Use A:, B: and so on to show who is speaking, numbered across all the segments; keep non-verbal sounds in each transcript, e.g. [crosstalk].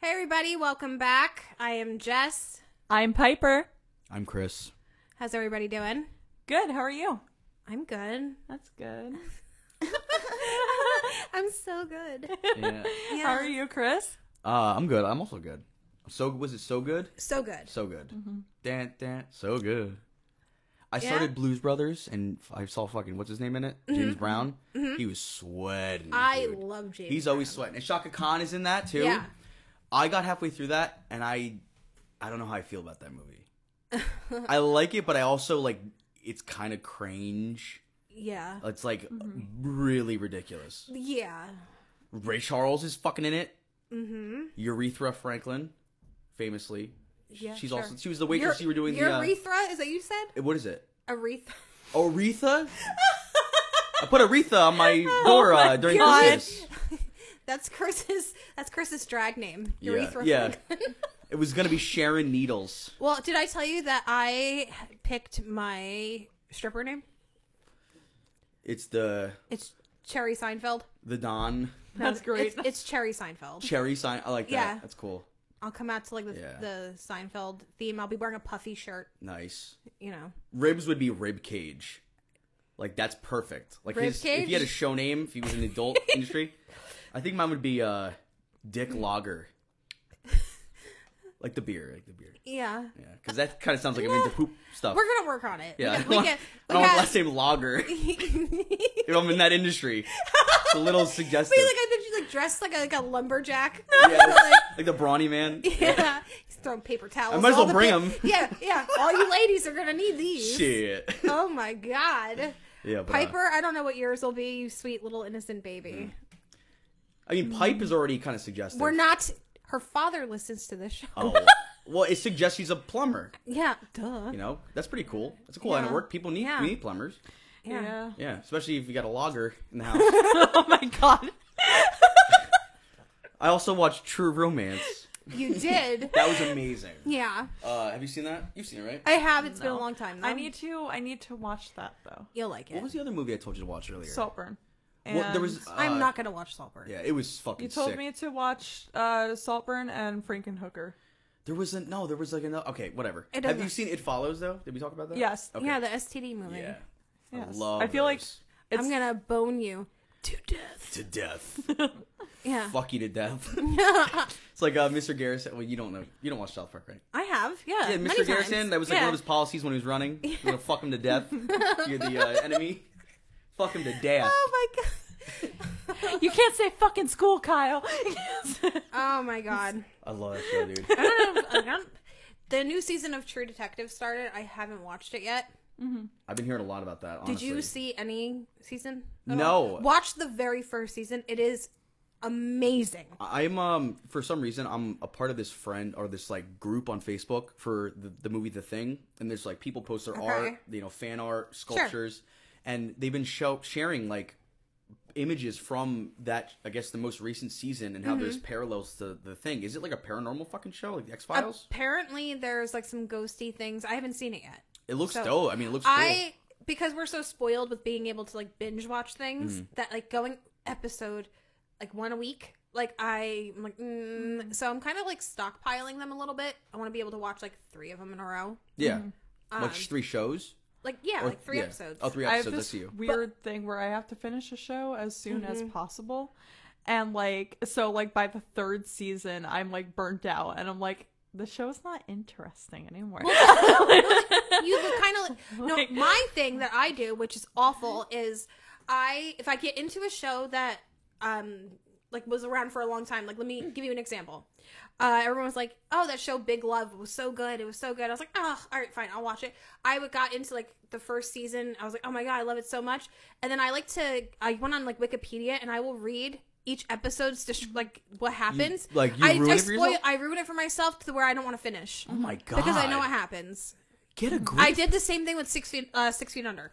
A: Hey, everybody, welcome back. I am Jess.
B: I'm Piper.
C: I'm Chris.
A: How's everybody doing?
B: Good. How are you?
A: I'm good. [laughs]
B: That's good.
A: I'm so good.
C: Yeah.
A: [laughs] Yeah.
B: [laughs] How are you, Chris?
C: Uh, I'm good. I'm also good. So was it so good?
A: So good.
C: So good. Dan dan. So good. I
A: Mm-hmm. Yeah. Mm-hmm.
C: started Blues Brothers and f- I saw fucking what's his name in it? James Brown. He was sweating.
A: I
C: dude.
A: love James.
C: He's always sweating. And Shaka Khan is in that too.
A: Yeah.
C: I got halfway through that and I I don't know how I feel about that movie.
A: [laughs]
C: I like it, but I also like it's kind of cringe.
A: Yeah.
C: It's like
A: Mm-hmm.
C: really ridiculous.
A: Yeah.
C: Ray Charles is fucking in it. Mm-hmm. Urethra Franklin, famously.
A: Yeah,
C: She's
A: sure.
C: also she was the waitress you were doing the uh,
A: urethra? Is that you said?
C: what is it?
A: Urethra.
C: Aretha? I put Aretha
A: [laughs]
C: on my
A: Oh
C: door
B: my
C: uh, during
B: God.
C: Christmas.
A: [laughs] That's Chris's. That's Chris's drag name. [laughs]
C: Yeah,
A: Urethra.
C: yeah.
A: Franklin.
C: It was gonna be Sharon Needles.
A: [laughs] well, did I tell you that I picked my stripper name?
C: It's the
A: It's Cherry Seinfeld.
C: the Don
B: That's great.
A: It's, it's Cherry Seinfeld.
C: Cherry sign. I like that.
A: Yeah.
C: That's cool.
A: I'll come out to like the,
C: Yeah.
A: the Seinfeld theme. I'll be wearing a puffy shirt.
C: Nice.
A: You know.
C: Ribs would be rib cage. Like that's perfect. Like
A: Rib
C: his, if
A: cage?
C: he had a show name, if he was in
A: [laughs]
C: the adult industry, I think mine would be uh, Dick Lager. Like the beer, like the beer.
A: Yeah.
C: Yeah, because that kind of sounds like I'm into poop stuff.
A: We're gonna work on it.
C: yeah,
A: We can. We
C: I don't want the
A: can,
C: last name Lager.
A: [laughs]
C: if
A: we can-
C: I'm in that industry, it's a little suggestive.
A: Be like I bet you like dressed like a, like a lumberjack.
C: [laughs] yeah,
A: Like,
C: like the
A: [laughs]
C: brawny man.
A: yeah. He's throwing paper towels.
C: I might as
A: all the
C: well bring
A: pa-
C: 'em.
A: [laughs] Yeah, yeah. All you ladies are gonna need these.
C: Shit. [laughs]
A: Oh my god.
C: yeah, but, uh,
A: Piper, I don't know what yours will be, you sweet little innocent
C: Mm,
A: baby.
C: I mean, pipe is already kind of suggestive.
A: We're not her father listens to this show. [laughs]
C: [laughs] Oh. Well, it suggests she's a plumber.
A: Yeah. Duh.
C: You know, that's pretty cool. That's a cool line of
A: Yeah.
C: work. People need
A: Yeah.
C: we need plumbers.
A: Yeah.
C: Yeah, especially if you got a logger in the house.
B: [laughs] oh my god.
C: I also watched True Romance.
A: You did.
C: [laughs] That was amazing.
B: [laughs]
A: yeah.
C: Uh, have you seen that? You've seen it, right?
A: I have. It's been a
B: No.
A: long time. Though.
B: I need to. I need to watch that though.
A: You'll like it.
C: What was the other movie I told you to watch earlier?
B: Saltburn. And
C: Well, there was.
A: I'm
C: uh,
A: not gonna watch Saltburn.
C: Yeah, it was fucking.
B: You told
C: sick.
B: me to watch uh, Saltburn and Frankenhooker.
C: there was a no. There was like another. Okay, whatever.
A: It
C: Have
A: doesn't-
C: you seen It Follows though? Did we talk about that?
B: Yes.
C: Okay.
A: Yeah, the STD movie.
C: Yeah. I
B: Yes.
C: love.
B: I feel like
C: those.
B: It's,
A: I'm gonna bone you to death.
C: to death.
B: [laughs]
A: Yeah.
C: Fuck you to death. it's like uh, Mr. Garrison. Well, you don't know. You don't watch South Park, right?
A: I have. Yeah.
C: Yeah,
A: Uh,
C: Mr.
A: many
C: Garrison.
A: times.
C: That was like
A: yeah.
C: one of his policies when he
A: [laughs]
C: was running. You're gonna fuck him to death. You're the uh, enemy. Fuck him to death.
A: Oh my god.
B: [laughs] you can't say fucking school,
A: [laughs]
B: Kyle. [laughs]
A: Oh my [laughs] god.
C: I love that show, dude.
A: uh, the new season of True Detective started. I haven't watched it yet.
C: I've been hearing a lot about that.
A: Did
C: Honestly.
A: you see any season? at
C: No.
A: all? Watch the very first season. It is amazing.
C: I'm um for some reason I'm a part of this friend or this like group on Facebook for the, the movie The Thing, and there's like people post their art, you know, fan art, sculptures, and they've been show- sharing like images from that I guess the most recent season and how there's
A: Mm-hmm.
C: parallels to The Thing. Is it like a paranormal fucking show like the
A: Uh,
C: X Files?
A: Apparently, there's like some ghosty things. I haven't seen it yet.
C: It looks
A: so-
C: dope. I mean, it looks cool.
A: I because we're so spoiled with being able to like binge watch things
C: Mm.
A: that like going episode like one a week. Like I, am like mm. so I'm kind of like stockpiling them a little bit. I want to be able to watch like three of them in a row.
C: Yeah, like three shows
A: Like yeah, Mm-hmm. Um,
C: or
A: like three
C: [laughs] yeah.
A: episodes.
C: Oh, three
B: I have
C: episodes. I
B: this
C: see you. Mm-hmm.
B: weird thing where I have to finish a show as soon as possible, and like so, like by the third season, I'm like burnt out, and I'm like, the show's not interesting
C: [laughs]
B: anymore.
A: you kind of no.
B: Like-
A: my thing that I do, which is awful, is I if I get into a show that um like was around for a long time. Like let me give you an example. Uh, everyone was like, "Oh, that show Big Love was so good. It was so good." I was like, "Oh, all right, fine, I'll watch it." I would got into like the first season. I was like, "Oh my god, I love it so much." And then I like to I went on like Wikipedia and I will read each episode's dest- like what happens.
C: like, you
A: I,
C: ruin
A: I
C: it for yourself?
A: I ruin it for myself to where I don't want to finish
C: Oh my god!
A: because I know what happens.
C: Get a group.
A: I did the same thing with six feet, uh, six feet under.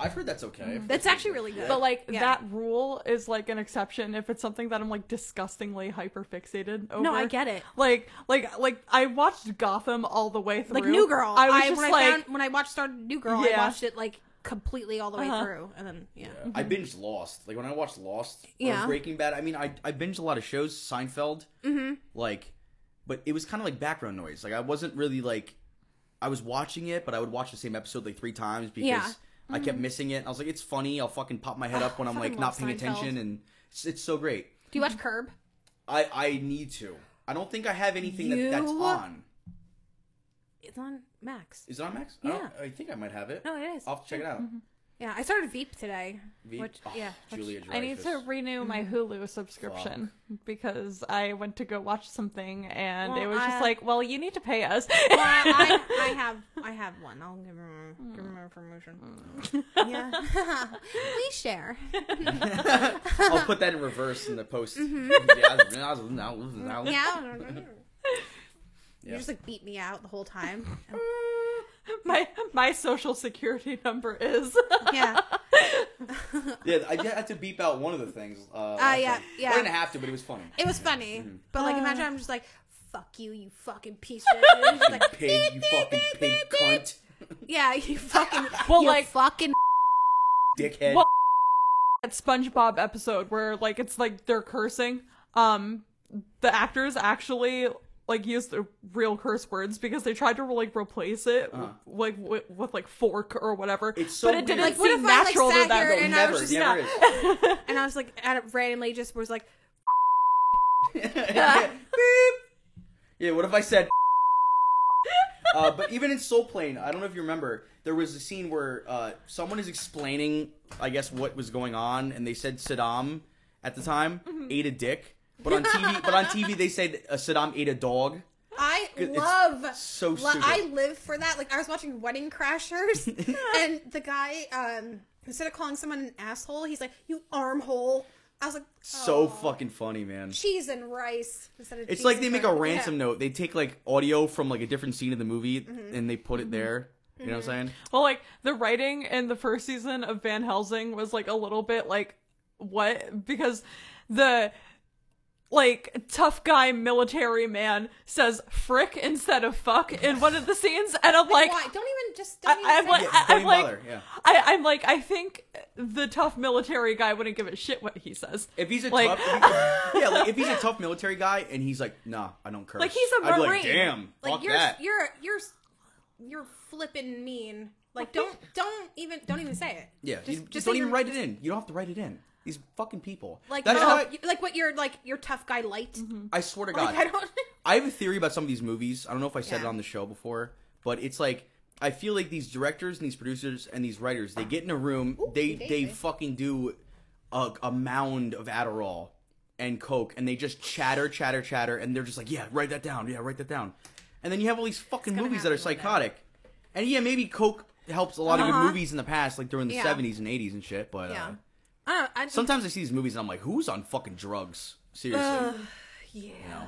C: I've heard that's okay. I've heard
A: That's actually really good.
B: But like
A: Yeah.
B: that rule is like an exception if it's something that I'm like disgustingly hyper fixated over.
A: No, I get it.
B: Like like like I watched Gotham all the way through.
A: like New Girl. I,
B: I was just
A: when
B: like
A: I found when I watched started New Girl, I
B: Yeah.
A: watched it like completely all the
C: Uh-huh.
A: way through, and then yeah.
C: I binge Lost. Like when I watched Lost, or
A: Yeah.
C: Breaking Bad. I mean, I I binge a lot of shows. Seinfeld, mm-hmm. like but it was kind of like background noise. Like I wasn't really like I was watching it, but I would watch the same episode like three times because
A: Yeah. Mm-hmm.
C: I kept missing it. I was like, it's funny. I'll fucking pop my head
A: [sighs]
C: up when I'm like
A: fucking
C: not
A: love
C: paying
A: Seinfeld.
C: attention, and it's, it's so great.
A: Do you watch Curb?
C: I I need to. I don't think I have anything that, that's
A: You-
C: on.
A: It's on Max.
C: Is it on Max? I, don't,
A: Yeah.
C: I think I might have it.
A: No, it is.
C: I'll have to check it out.
A: Yeah, I started Veep today.
C: Veep?
A: Which,
C: Oh,
A: yeah, which-
C: Julia
B: I need to
C: Dreyfus.
B: renew my
A: Mm.
B: Hulu subscription because I went to go watch something and
A: Well,
B: it was
A: I-
B: just like, well, you need to pay us. [laughs]
A: Well,
C: [laughs]
A: I, I have I have one. I'll give him give him a promotion. Yeah, Hmm. [laughs] we share.
C: [laughs] I'll put that in reverse in the post. [laughs] Yeah, I was- I was- I was-
A: Mm-hmm. [laughs] Yeah,
C: [laughs]
A: you
C: Yeah.
A: just like beat me out the whole time.
C: [laughs]
B: my my social security number is.
A: Yeah,
C: Yeah, I had to beep out one of the things. Uh, last
A: yeah,
C: time.
A: yeah.
C: I didn't have to, but it was funny.
A: it was funny,
C: Mm-hmm.
A: but like
B: Uh.
A: imagine I'm just like, "Fuck you, you fucking piece of shit." And he's
C: [laughs]
A: like,
C: Pig, you fucking pig cunt,
A: yeah, you fucking
B: [laughs] Well,
A: you
B: like-
A: fucking
C: dickhead.
B: Well- that SpongeBob episode where like it's like they're cursing. Um, the actors actually like used the real curse words because they tried to like replace it
C: Uh-huh.
B: like wi- with like fork or whatever.
C: It's so
B: but it didn't
C: weird.
A: Like, what
B: seem
A: if I, like,
B: natural
A: sat
B: to them.
A: here
C: It
A: and I
C: never,
A: was
C: it
A: just-
C: never is.
B: [laughs]
A: and I was like, at randomly just was like,
C: yeah. Beep. [laughs] Yeah, what if I said? uh, but even in Soul Plane, I don't know if you remember, there was a scene where uh, someone is explaining, I guess, what was going on, and they said Saddam at the time
B: Mm-hmm.
C: ate a dick, but
B: [laughs]
C: on TV, but on TV they said uh, Saddam ate a dog. [laughs]
A: I
C: It's
A: love
C: so
A: lo-
C: stupid.
A: I live for that. Like I was watching Wedding
C: [laughs]
A: Crashers, and the guy, um, instead of calling someone an asshole, he's like, "You armhole." I was like,
C: So
B: Oh.
A: "Aw."
C: fucking funny, man.
A: cheese and rice instead of."
C: It's
A: cheese
C: like
A: and
C: they make a
A: turkey."
C: ransom note. They take like audio from like a different scene of the movie
B: Mm-hmm.
C: and they put it there. You know what I'm saying?
B: Well, like the writing in the first season of Van Helsing was like a little bit like what because the like tough guy military man says frick instead of fuck in one of the scenes and I'm like
A: Why? Don't even just.
B: I,
A: Don't even
B: I'm
A: say
B: like,
A: it.
C: Yeah, don't
B: I, am
C: even
B: like,
C: bother, yeah.
B: I, I'm like, I think the tough military guy wouldn't give a shit what he says.
C: If he's a
B: Like-
C: tough,
B: [laughs]
C: if he- yeah, like if he's a tough military guy and he's like, nah, I don't curse.
B: Like, he's a
C: I'd be
B: Marine.
C: like, damn,
A: like
C: fuck
A: you're
C: that.
A: you're you're you're flipping mean. Like don't don't even don't even say it.
C: yeah, you-
A: just,
C: you
A: just
C: don't
A: say
C: even
A: you're-
C: write it in. You don't have to write it in. These fucking people.
A: Like
C: that's
A: no,
C: why
A: like what you're like your tough guy light.
C: I swear to God,
A: Like I don't. [laughs]
C: I have a theory about some of these movies. I don't know if I said
A: Yeah.
C: it on the show before, but it's like I feel like these directors and these producers and these writers, they get in a room, they they
A: Daisy.
C: fucking do a, a mound of Adderall and coke, and they just chatter, chatter, chatter, and they're just like, yeah, write that down, yeah, write that down, and then you have all these fucking
A: gonna
C: movies that are
A: happen one day.
C: psychotic, and yeah, maybe coke helps a lot of good
A: Uh-huh.
C: movies in the past, like during the
A: Yeah.
C: seventies and eighties and shit, but
A: Yeah.
C: uh,
A: I don't. know, I,
C: sometimes I see these movies and I'm like, who's on fucking drugs? Seriously,
A: yeah.
C: you know,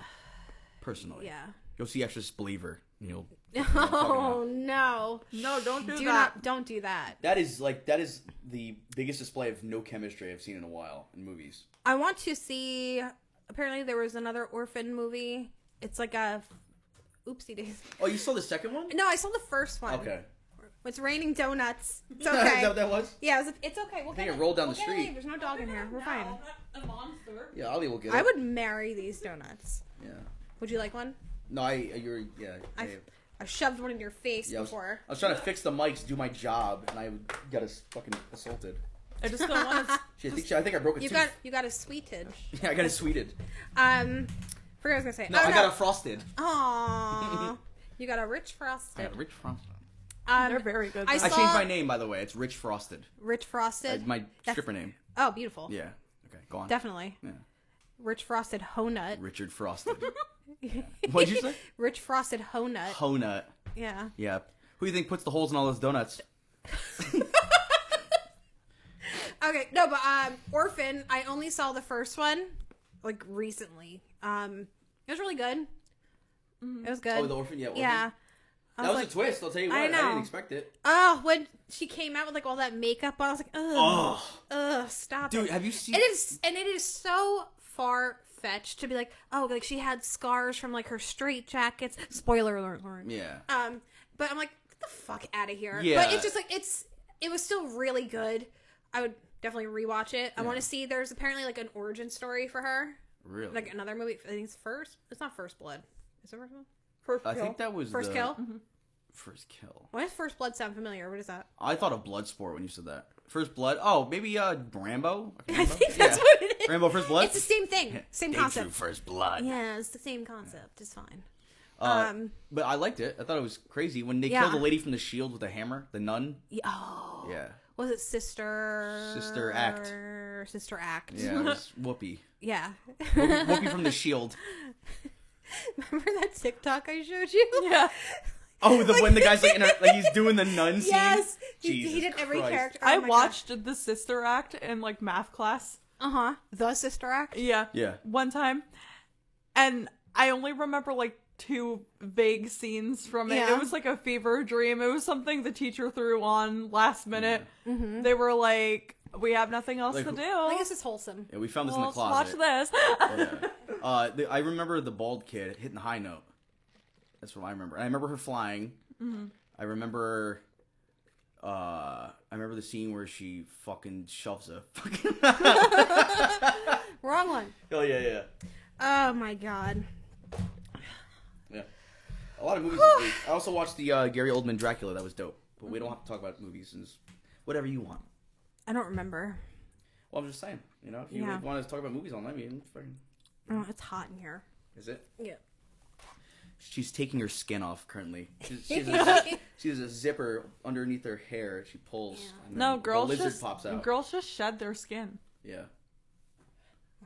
C: personally,
A: Yeah.
C: Go see Exorcist Believer. You
A: [laughs]
C: know.
A: Oh no.
B: No, don't do,
A: Do
B: that.
A: not don't do that.
C: That is like that is the biggest display of no chemistry I've seen in a while in movies.
A: I want to see apparently there was another orphan movie. It's like a oopsie days.
C: Oh, you saw the second one?
A: [laughs] No, I saw the first one.
C: [laughs] Okay.
A: It's raining donuts.
C: [laughs]
A: It's
C: Is that
A: okay.
C: what that was?
A: yeah, it was, it's okay. We'll
C: think
A: get
C: it rolled down
A: we'll
C: the
A: get
C: street.
A: leave. There's no dog in here. We're fine.
B: A monster.
C: Yeah, Ollie will get it.
A: I would marry these donuts.
C: Yeah.
A: Would you like one?
C: No, I uh, you're yeah. I,
A: I, I shoved one in your face
C: yeah, I, was, I [laughs]
A: before.
C: was trying to fix the mics, do my job, and I got us fucking assaulted.
B: I just don't want
A: [laughs]
B: to.
C: Shit, I think, I think I broke a
A: You
C: tooth.
A: got you got a sweeted.
C: [laughs] yeah, I got it sweeted.
A: Um, forget what I was gonna say.
C: No,
A: oh,
C: I got a frosted.
A: no. [laughs] Aw. you got a rich
C: I
A: frosted.
C: got rich frosted.
A: Um,
B: They're very good.
A: I
B: though.
C: I
A: saw-
C: changed my name by the way. It's Rich Frosted.
A: Rich Frosted.
C: It's my
A: That's-
C: stripper name.
A: Oh, beautiful.
C: Yeah. Okay, go on.
A: Definitely.
C: Yeah.
A: Rich Frosted Honut.
C: Richard Frosted. [laughs] What'd you
A: [laughs]
C: say?
A: Rich Frosted Honut.
C: Honut.
A: Yeah.
C: Yeah. Who do you think puts the holes in all those
A: Uh,
C: donuts?
A: Okay, no, but um Orphan, I only saw the first one like recently. Um it was really good. It was good.
C: Oh, the orphan. Yeah. Orphan.
A: Yeah. I
C: That was,
A: was
C: a
A: like,
C: twist. I'll tell you what.
A: I
C: I,
A: know.
C: didn't expect it.
A: oh, when she came out with like all that makeup on, I was like, ugh,
C: Oh,
A: ugh, stop
C: dude,
A: it.
C: have you seen?
A: It is, and it is so far fetched to be like, oh, like she had scars from like her straight jackets. Spoiler alert, Lauren.
C: Yeah.
A: Um, but I'm like, get the fuck out of here.
C: Yeah.
A: But it's just like it's it was still really good. I would definitely rewatch it. I want to see. There's apparently like an origin story for her,
C: Really?
A: like another movie. I think it's first. It's not First Blood.
B: Is that right? Mel?
D: First
C: I
D: kill. Mm-hmm.
C: think that was
A: First
C: the-
A: kill.
C: First kill.
A: Why does first blood sound familiar? What is that? [laughs]
C: I thought of Bloodsport when you said that. First Blood. Oh, maybe uh Rambo. Rambo?
A: think that's what it is.
C: [laughs] Rambo First Blood.
A: It's the same thing. Same
C: They drew
A: concept.
C: First Blood.
A: Yeah, it's the same concept. It's fine.
C: Uh,
A: um,
C: but I liked it. I thought it was crazy when they
A: Yeah.
C: killed the lady from the Shield with a hammer, the nun.
A: Yeah, oh,
C: Yeah,
A: was it sister?
C: Sister Act.
A: Sister Act.
C: yeah,
A: [laughs]
C: it was Whoopi.
A: Yeah.
C: [laughs] Whoopi. Whoopi from the Shield.
A: Remember that TikTok I showed you?
B: Yeah.
C: Oh, the when the guy's like, in a, like he's doing
A: [laughs]
C: the nun
A: [laughs]
C: scene.
A: Yes, he, he
C: Jesus
A: did every
C: Christ.
A: character. Oh
B: I watched the Sister Act in like math class.
A: Uh huh. The Sister Act.
B: Yeah.
C: Yeah.
B: One time. And I only remember like two vague scenes from it.
A: Yeah.
B: It was like a fever dream. It was something the teacher threw on last minute. They were like, we have nothing else
C: Mm-hmm. Like,
B: to do.
A: Mm-hmm. I guess it's wholesome.
C: Yeah, we found this in the
B: Well,
C: closet.
B: let's watch this.
C: Yeah. Uh, the, I remember the bald kid hitting the high note. That's what I remember. And I remember her flying.
A: Mm-hmm.
C: I remember. Uh, I remember the scene where she fucking shoves a fucking. [laughs]
A: Wrong one.
C: oh yeah, yeah,
A: Oh my god.
C: yeah. A lot
A: [sighs]
C: of movies. this week. I also watched the uh, Gary Oldman Dracula. That was dope. But we don't have to talk about movies and it's whatever you want.
A: I don't remember.
C: Well, I'm just saying. You know, if you
A: Yeah.
C: want to talk about movies all night, you can fucking.
A: Oh, it's hot in here.
C: Is it?
A: Yeah.
C: [laughs] She's taking her skin off currently.
A: [laughs]
C: She's, she's a, she has a zipper underneath her hair. She pulls.
B: [laughs]
C: and
B: no,
C: then the
B: girls
C: lizard
B: just
C: pops out.
B: girls just shed their skin.
C: Yeah,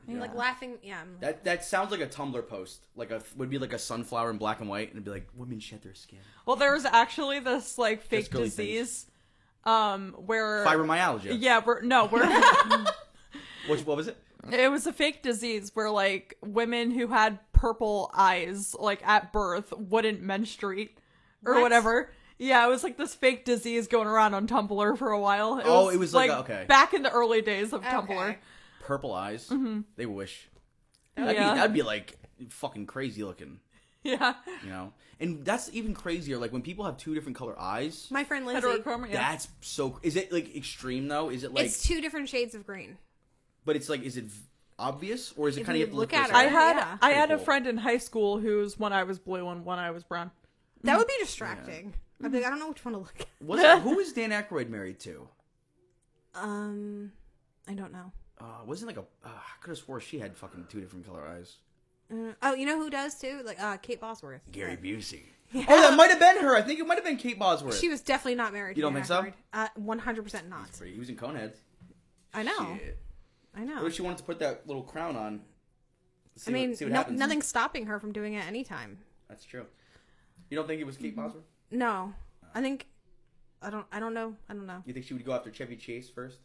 A: I'm like laughing. Yeah. I'm like,
C: that that sounds like a Tumblr post. Like a would be like a sunflower in black and white, and it'd be like women shed their skin.
B: Well, there was actually this like fake
C: Just girly things.
B: disease, um, where
C: Fibromyalgia.
B: yeah, we're, no,
C: [laughs]
B: where
C: Which what was it?
B: it was a fake disease where like women who had purple eyes like at birth wouldn't menstruate or
A: What?
B: whatever. Yeah, it was like this fake disease going around on Tumblr for a while.
C: Oh, it was like a- okay.
B: back in the early days of Tumblr.
A: Okay.
C: Purple eyes.
A: Mm-hmm.
C: They wish. That'd,
B: yeah.
C: be, that'd be like fucking crazy looking.
B: [laughs] Yeah,
C: You know, and that's even crazier. Like when people have two different color eyes.
A: my friend Lindsay.
B: heterochromia.
C: That's so. Is it like extreme though? Is it like?
A: it's two different shades of green.
C: but it's like, is it v- obvious or is it
A: If
C: kind
A: you
C: of
A: look at her-
B: I had
A: Yeah.
B: I had a
C: Cool.
B: friend in high school whose one eye was blue and one eye was brown.
A: That would be distracting. I'd be like, I don't know which one to look at. [laughs]
C: What's, who was Dan Aykroyd married to?
A: Um, I don't know.
C: Uh, wasn't like a. Uh, I could have swore she had fucking two different color eyes.
A: Uh, oh, you know who does too? Like uh, Kate Bosworth.
C: Gary
A: [laughs]
C: Busey. Oh, that might have been her. I think it might have been Kate Bosworth.
A: She was definitely not married.
C: You don't think so?
A: Uh, One hundred percent not.
C: He was in Conehead.
A: I know.
C: Shit.
A: I know.
C: What if she wanted to put that little crown on? See
A: I mean,
C: what, see what
A: no,
C: happens.
A: nothing's stopping her from doing it anytime.
C: That's true. You don't think it was Kate
A: Mm-hmm.
C: Bosworth?
A: No, I think I don't. I don't know. I don't know.
C: You think she would go after Chevy Chase first?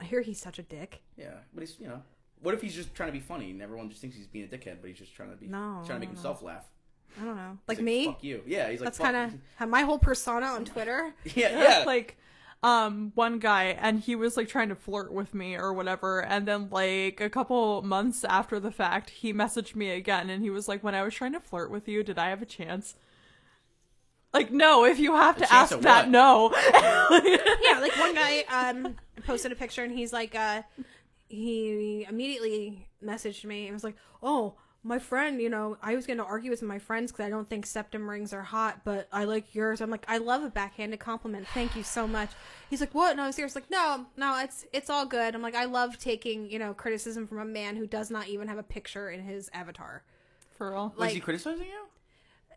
A: I hear he's such a dick.
C: Yeah, but he's you know. What if he's just trying to be funny and everyone just thinks he's being a dickhead, but he's just trying to be
A: No,
C: trying to make
A: no, no.
C: himself laugh.
A: I don't know.
C: He's
A: Like, me.
C: Fuck you. Yeah, he's like.
A: That's
C: fuck-
A: kind of my whole persona on Twitter.
C: [laughs] Yeah,
A: [laughs]
C: yeah.
B: [laughs] like um one guy and he was like trying to flirt with me or whatever and then like a couple months after the fact he messaged me again and he was like when i was trying to flirt with you did i have a chance like no if you have to
C: chance
B: ask
C: at
B: that
C: what?
B: no
C: [laughs]
A: yeah, like one guy um posted a picture and he's like uh he immediately messaged me and was like, "Oh, my friend, you know, I was going to argue with my friends cuz I don't think septum rings are hot, but I like yours." I'm like, "I love a backhanded compliment. Thank you so much." He's like, "What?" No, serious. Like, "No, no, it's it's all good." I'm like, "I love taking, you know, criticism from a man who does not even have a picture in his avatar."
B: for real
C: Was he
A: like-
C: criticizing you?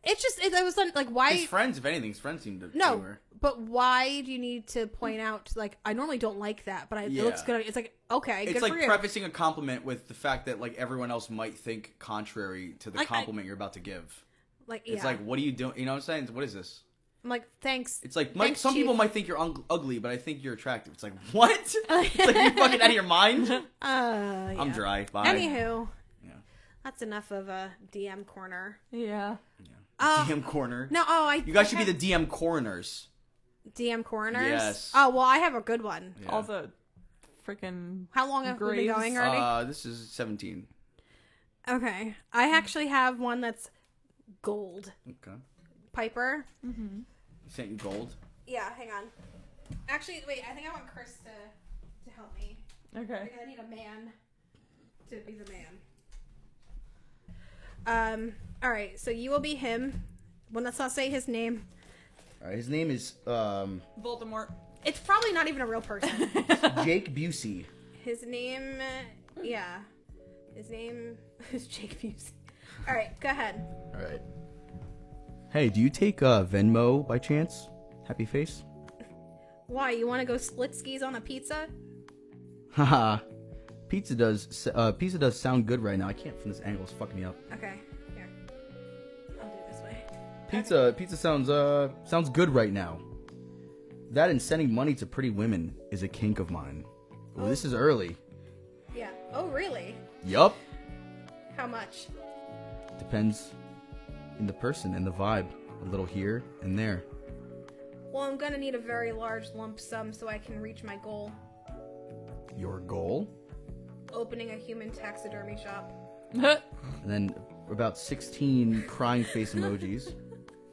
A: It's just it, it was like like why
C: His friends, if anything, his friends seem to.
A: No,
C: do her.
A: but why do you need to point out like I normally don't like that, but I,
C: Yeah.
A: it looks good. on- It's like okay,
C: It's
A: good
C: like
A: for you.
C: prefacing a compliment with the fact that like everyone else might think contrary to the
A: Like, I-
C: compliment you're about to give.
A: like yeah,
C: It's like, what are you doing? You know what I'm saying? What is this?
A: I'm like thanks.
C: It's like Mike,
A: Thanks,
C: some
A: Chief.
C: people might think you're un- ugly, but I think you're attractive. It's like
A: [laughs]
C: what? [laughs] it's like you fucking out of your mind.
A: Uh, yeah.
C: I'm dry. Bye.
A: Anywho,
C: Yeah.
A: that's enough of a DM
C: [laughs]
A: corner.
B: yeah
A: Oh
C: DM corner.
A: no, oh I
C: You guys should be the DM coroners.
A: DM coroners.
C: Yes.
A: Oh well, I have a good one.
C: Yeah.
B: all the freaking
A: How long have we
B: Graves.
A: been going already?
C: uh, this is 17.
A: okay, I actually have one that's gold.
C: Okay.
A: Piper.
C: Saint gold.
A: Yeah, hang on. Actually, wait. I think I want Chris to to help me.
B: okay
A: I need a man to be the man. Um, All right, so you will be him. Well, let's not say his name.
C: All right, his name is
A: [laughs]
C: um,
B: [laughs] Voldemort.
A: It's probably not even a real person.
C: Jake Busey.
A: His name, uh, yeah, his name [laughs] is Jake Busey. All right, go ahead.
C: All right. Hey, do you take uh, Venmo by chance? Happy face. [laughs]
A: Why you want to go split skis on a pizza?
C: Haha. pizza does s- uh, pizza does sound good right now. I can't from this angle. It's fucking me up.
A: Okay, here. I'll do it this way.
C: Pizza pizza sounds uh sounds good right now. That and sending money to pretty women is a kink of mine. Well, this is early.
A: Yeah. Oh, really?
C: Yup.
A: How much?
C: Depends in the person and the vibe. A little here and there.
A: Well, I'm gonna need a very large lump sum so I can reach my goal:
C: Your goal?
A: opening a human taxidermy shop.
C: And then about 16 crying face emojis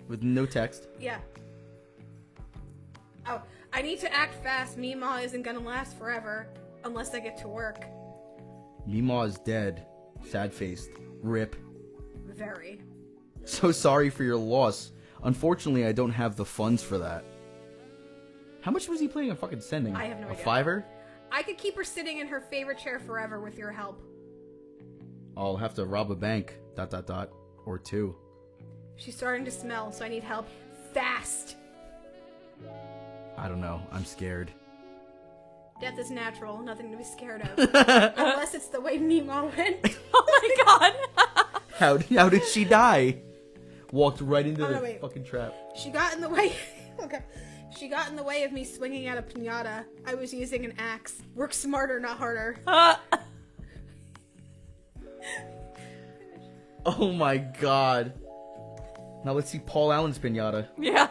C: with no text.
A: Yeah. Oh, I need to act fast. Meemaw isn't gonna last forever unless I get to work.
C: Meemaw is dead. Sad faced. Rip. [laughs]
A: Very.
C: So sorry for your loss. Unfortunately, I don't have the funds for that. How much was he planning on fucking sending?
A: I have no
C: a
A: idea.
C: fiver?
A: I could keep her sitting in her favorite chair forever with your help.
C: I'll have to rob a bank. Dot dot dot. Or two.
A: She's starting to smell, so I need help fast.
C: I don't know. I'm scared.
A: Death is natural, nothing to be scared
B: [laughs]
A: of. Unless it's the way Meemaw went.
B: Oh
A: [laughs]
B: my god.
C: How [laughs] how did she die? Walked right into
A: Oh, no,
C: the
A: wait.
C: fucking trap.
A: She got in the way. [laughs] okay. She got in the way of me swinging at a pinata. I was using an axe. Work smarter, not harder.
C: Oh my god. Now let's see Paul Allen's pinata.
B: yeah.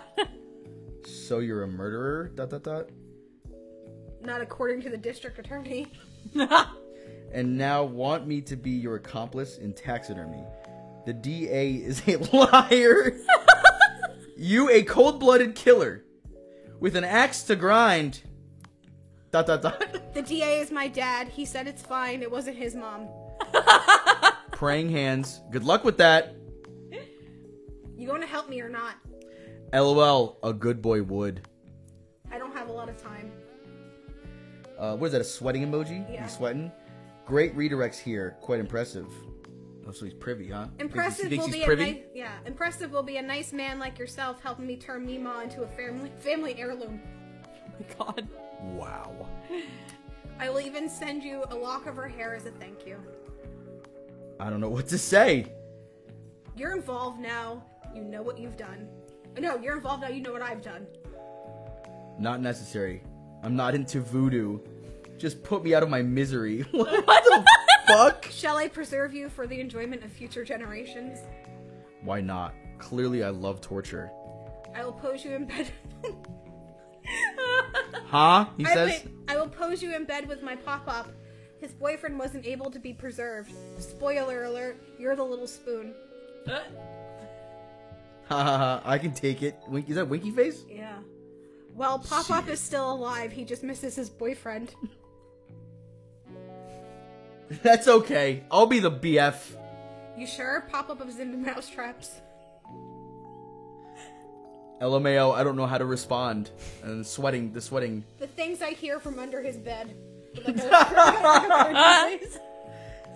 C: So you're a murderer? Dot dot dot.
A: Not according to the district attorney.
C: and now want me to be your accomplice in taxidermy. The DA is a [laughs] liar. you a cold-blooded killer with an axe to grind. Dot dot dot. [laughs]
A: The DA is my dad. He said it's fine. It wasn't his mom.
C: Praying hands. Good luck with that.
A: You going to help me or not?
C: LOL. A good boy would.
A: I don't have a lot of time.
C: Uh, what is that? A sweating emoji?
A: Yeah.
C: You sweating? Great redirects here. Quite impressive. Oh, so he's privy, huh? Thinks he's-
A: Impressive
C: thinks
A: will
C: he's
A: be
C: privy?
A: a nice, yeah. Impressive will be a nice man like yourself helping me turn Mima into a family family heirloom.
B: Oh [laughs] my god. [laughs]
C: Wow.
A: I will even send you a lock of her hair as a thank you.
C: I don't know what to say.
A: You're involved now. You know what you've done. No, you're involved now. You know what I've done.
C: Not necessary. I'm not into voodoo. Just put me out of my misery. [laughs] what the fuck?
A: Shall I preserve you for the enjoyment of future generations?
C: Why not? Clearly, I love torture.
A: I will pose you in bed. [laughs]
C: Huh? He
A: I,
C: says.
A: wait, I will pose you in bed with my pop up. His boyfriend wasn't able to be preserved. Spoiler alert, you're the little spoon.
C: [laughs] Ha ha ha. I can take it. Wink- is that Winky Face? [laughs]
A: Yeah. Well, Pop Up is still alive. He just misses his boyfriend.
C: That's okay. I'll be the BF.
A: You sure? Pop Up is into mousetraps.
C: LMAO. I don't know how to respond. And sweating. The sweating.
A: The things I hear from under his
C: [laughs]
A: bed.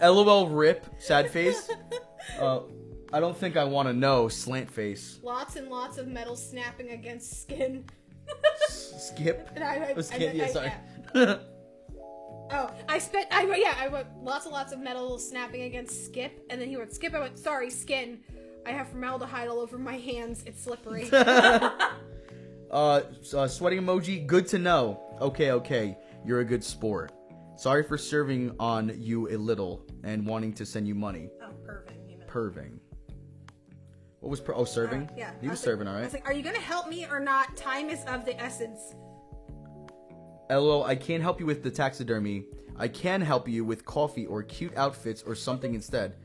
C: LOL. Rip. Sad
A: [laughs]
C: face. Uh, I don't think I want to know. Slant face.
A: lots and lots of metal snapping against skin.
C: Skip.
A: And [laughs] I, I,
C: Oh, skip.
A: I-
C: Yeah,
A: I-
C: sorry.
A: yeah.
C: [laughs]
A: Oh, I spent. I wrote- yeah. I wrote lots and lots of metal snapping against Skip, and then he went Skip. I went sorry, skin. I have formaldehyde all over my hands. It's slippery. Oh,
C: Uh, s- uh, sweating emoji. Good to know. Okay, okay. You're a good sport. Sorry for serving on you a little and wanting to send you money.
A: Oh, Irving. you meant.
C: Perving. What was per- oh serving?
A: Uh, yeah.
C: he
A: I
C: was
A: like-
C: serving. all
A: I
C: right.
A: was like, are you gonna help me or not? Time is of the essence.
C: Lol. I can't help you with the taxidermy. I can help you with coffee or cute outfits or something instead.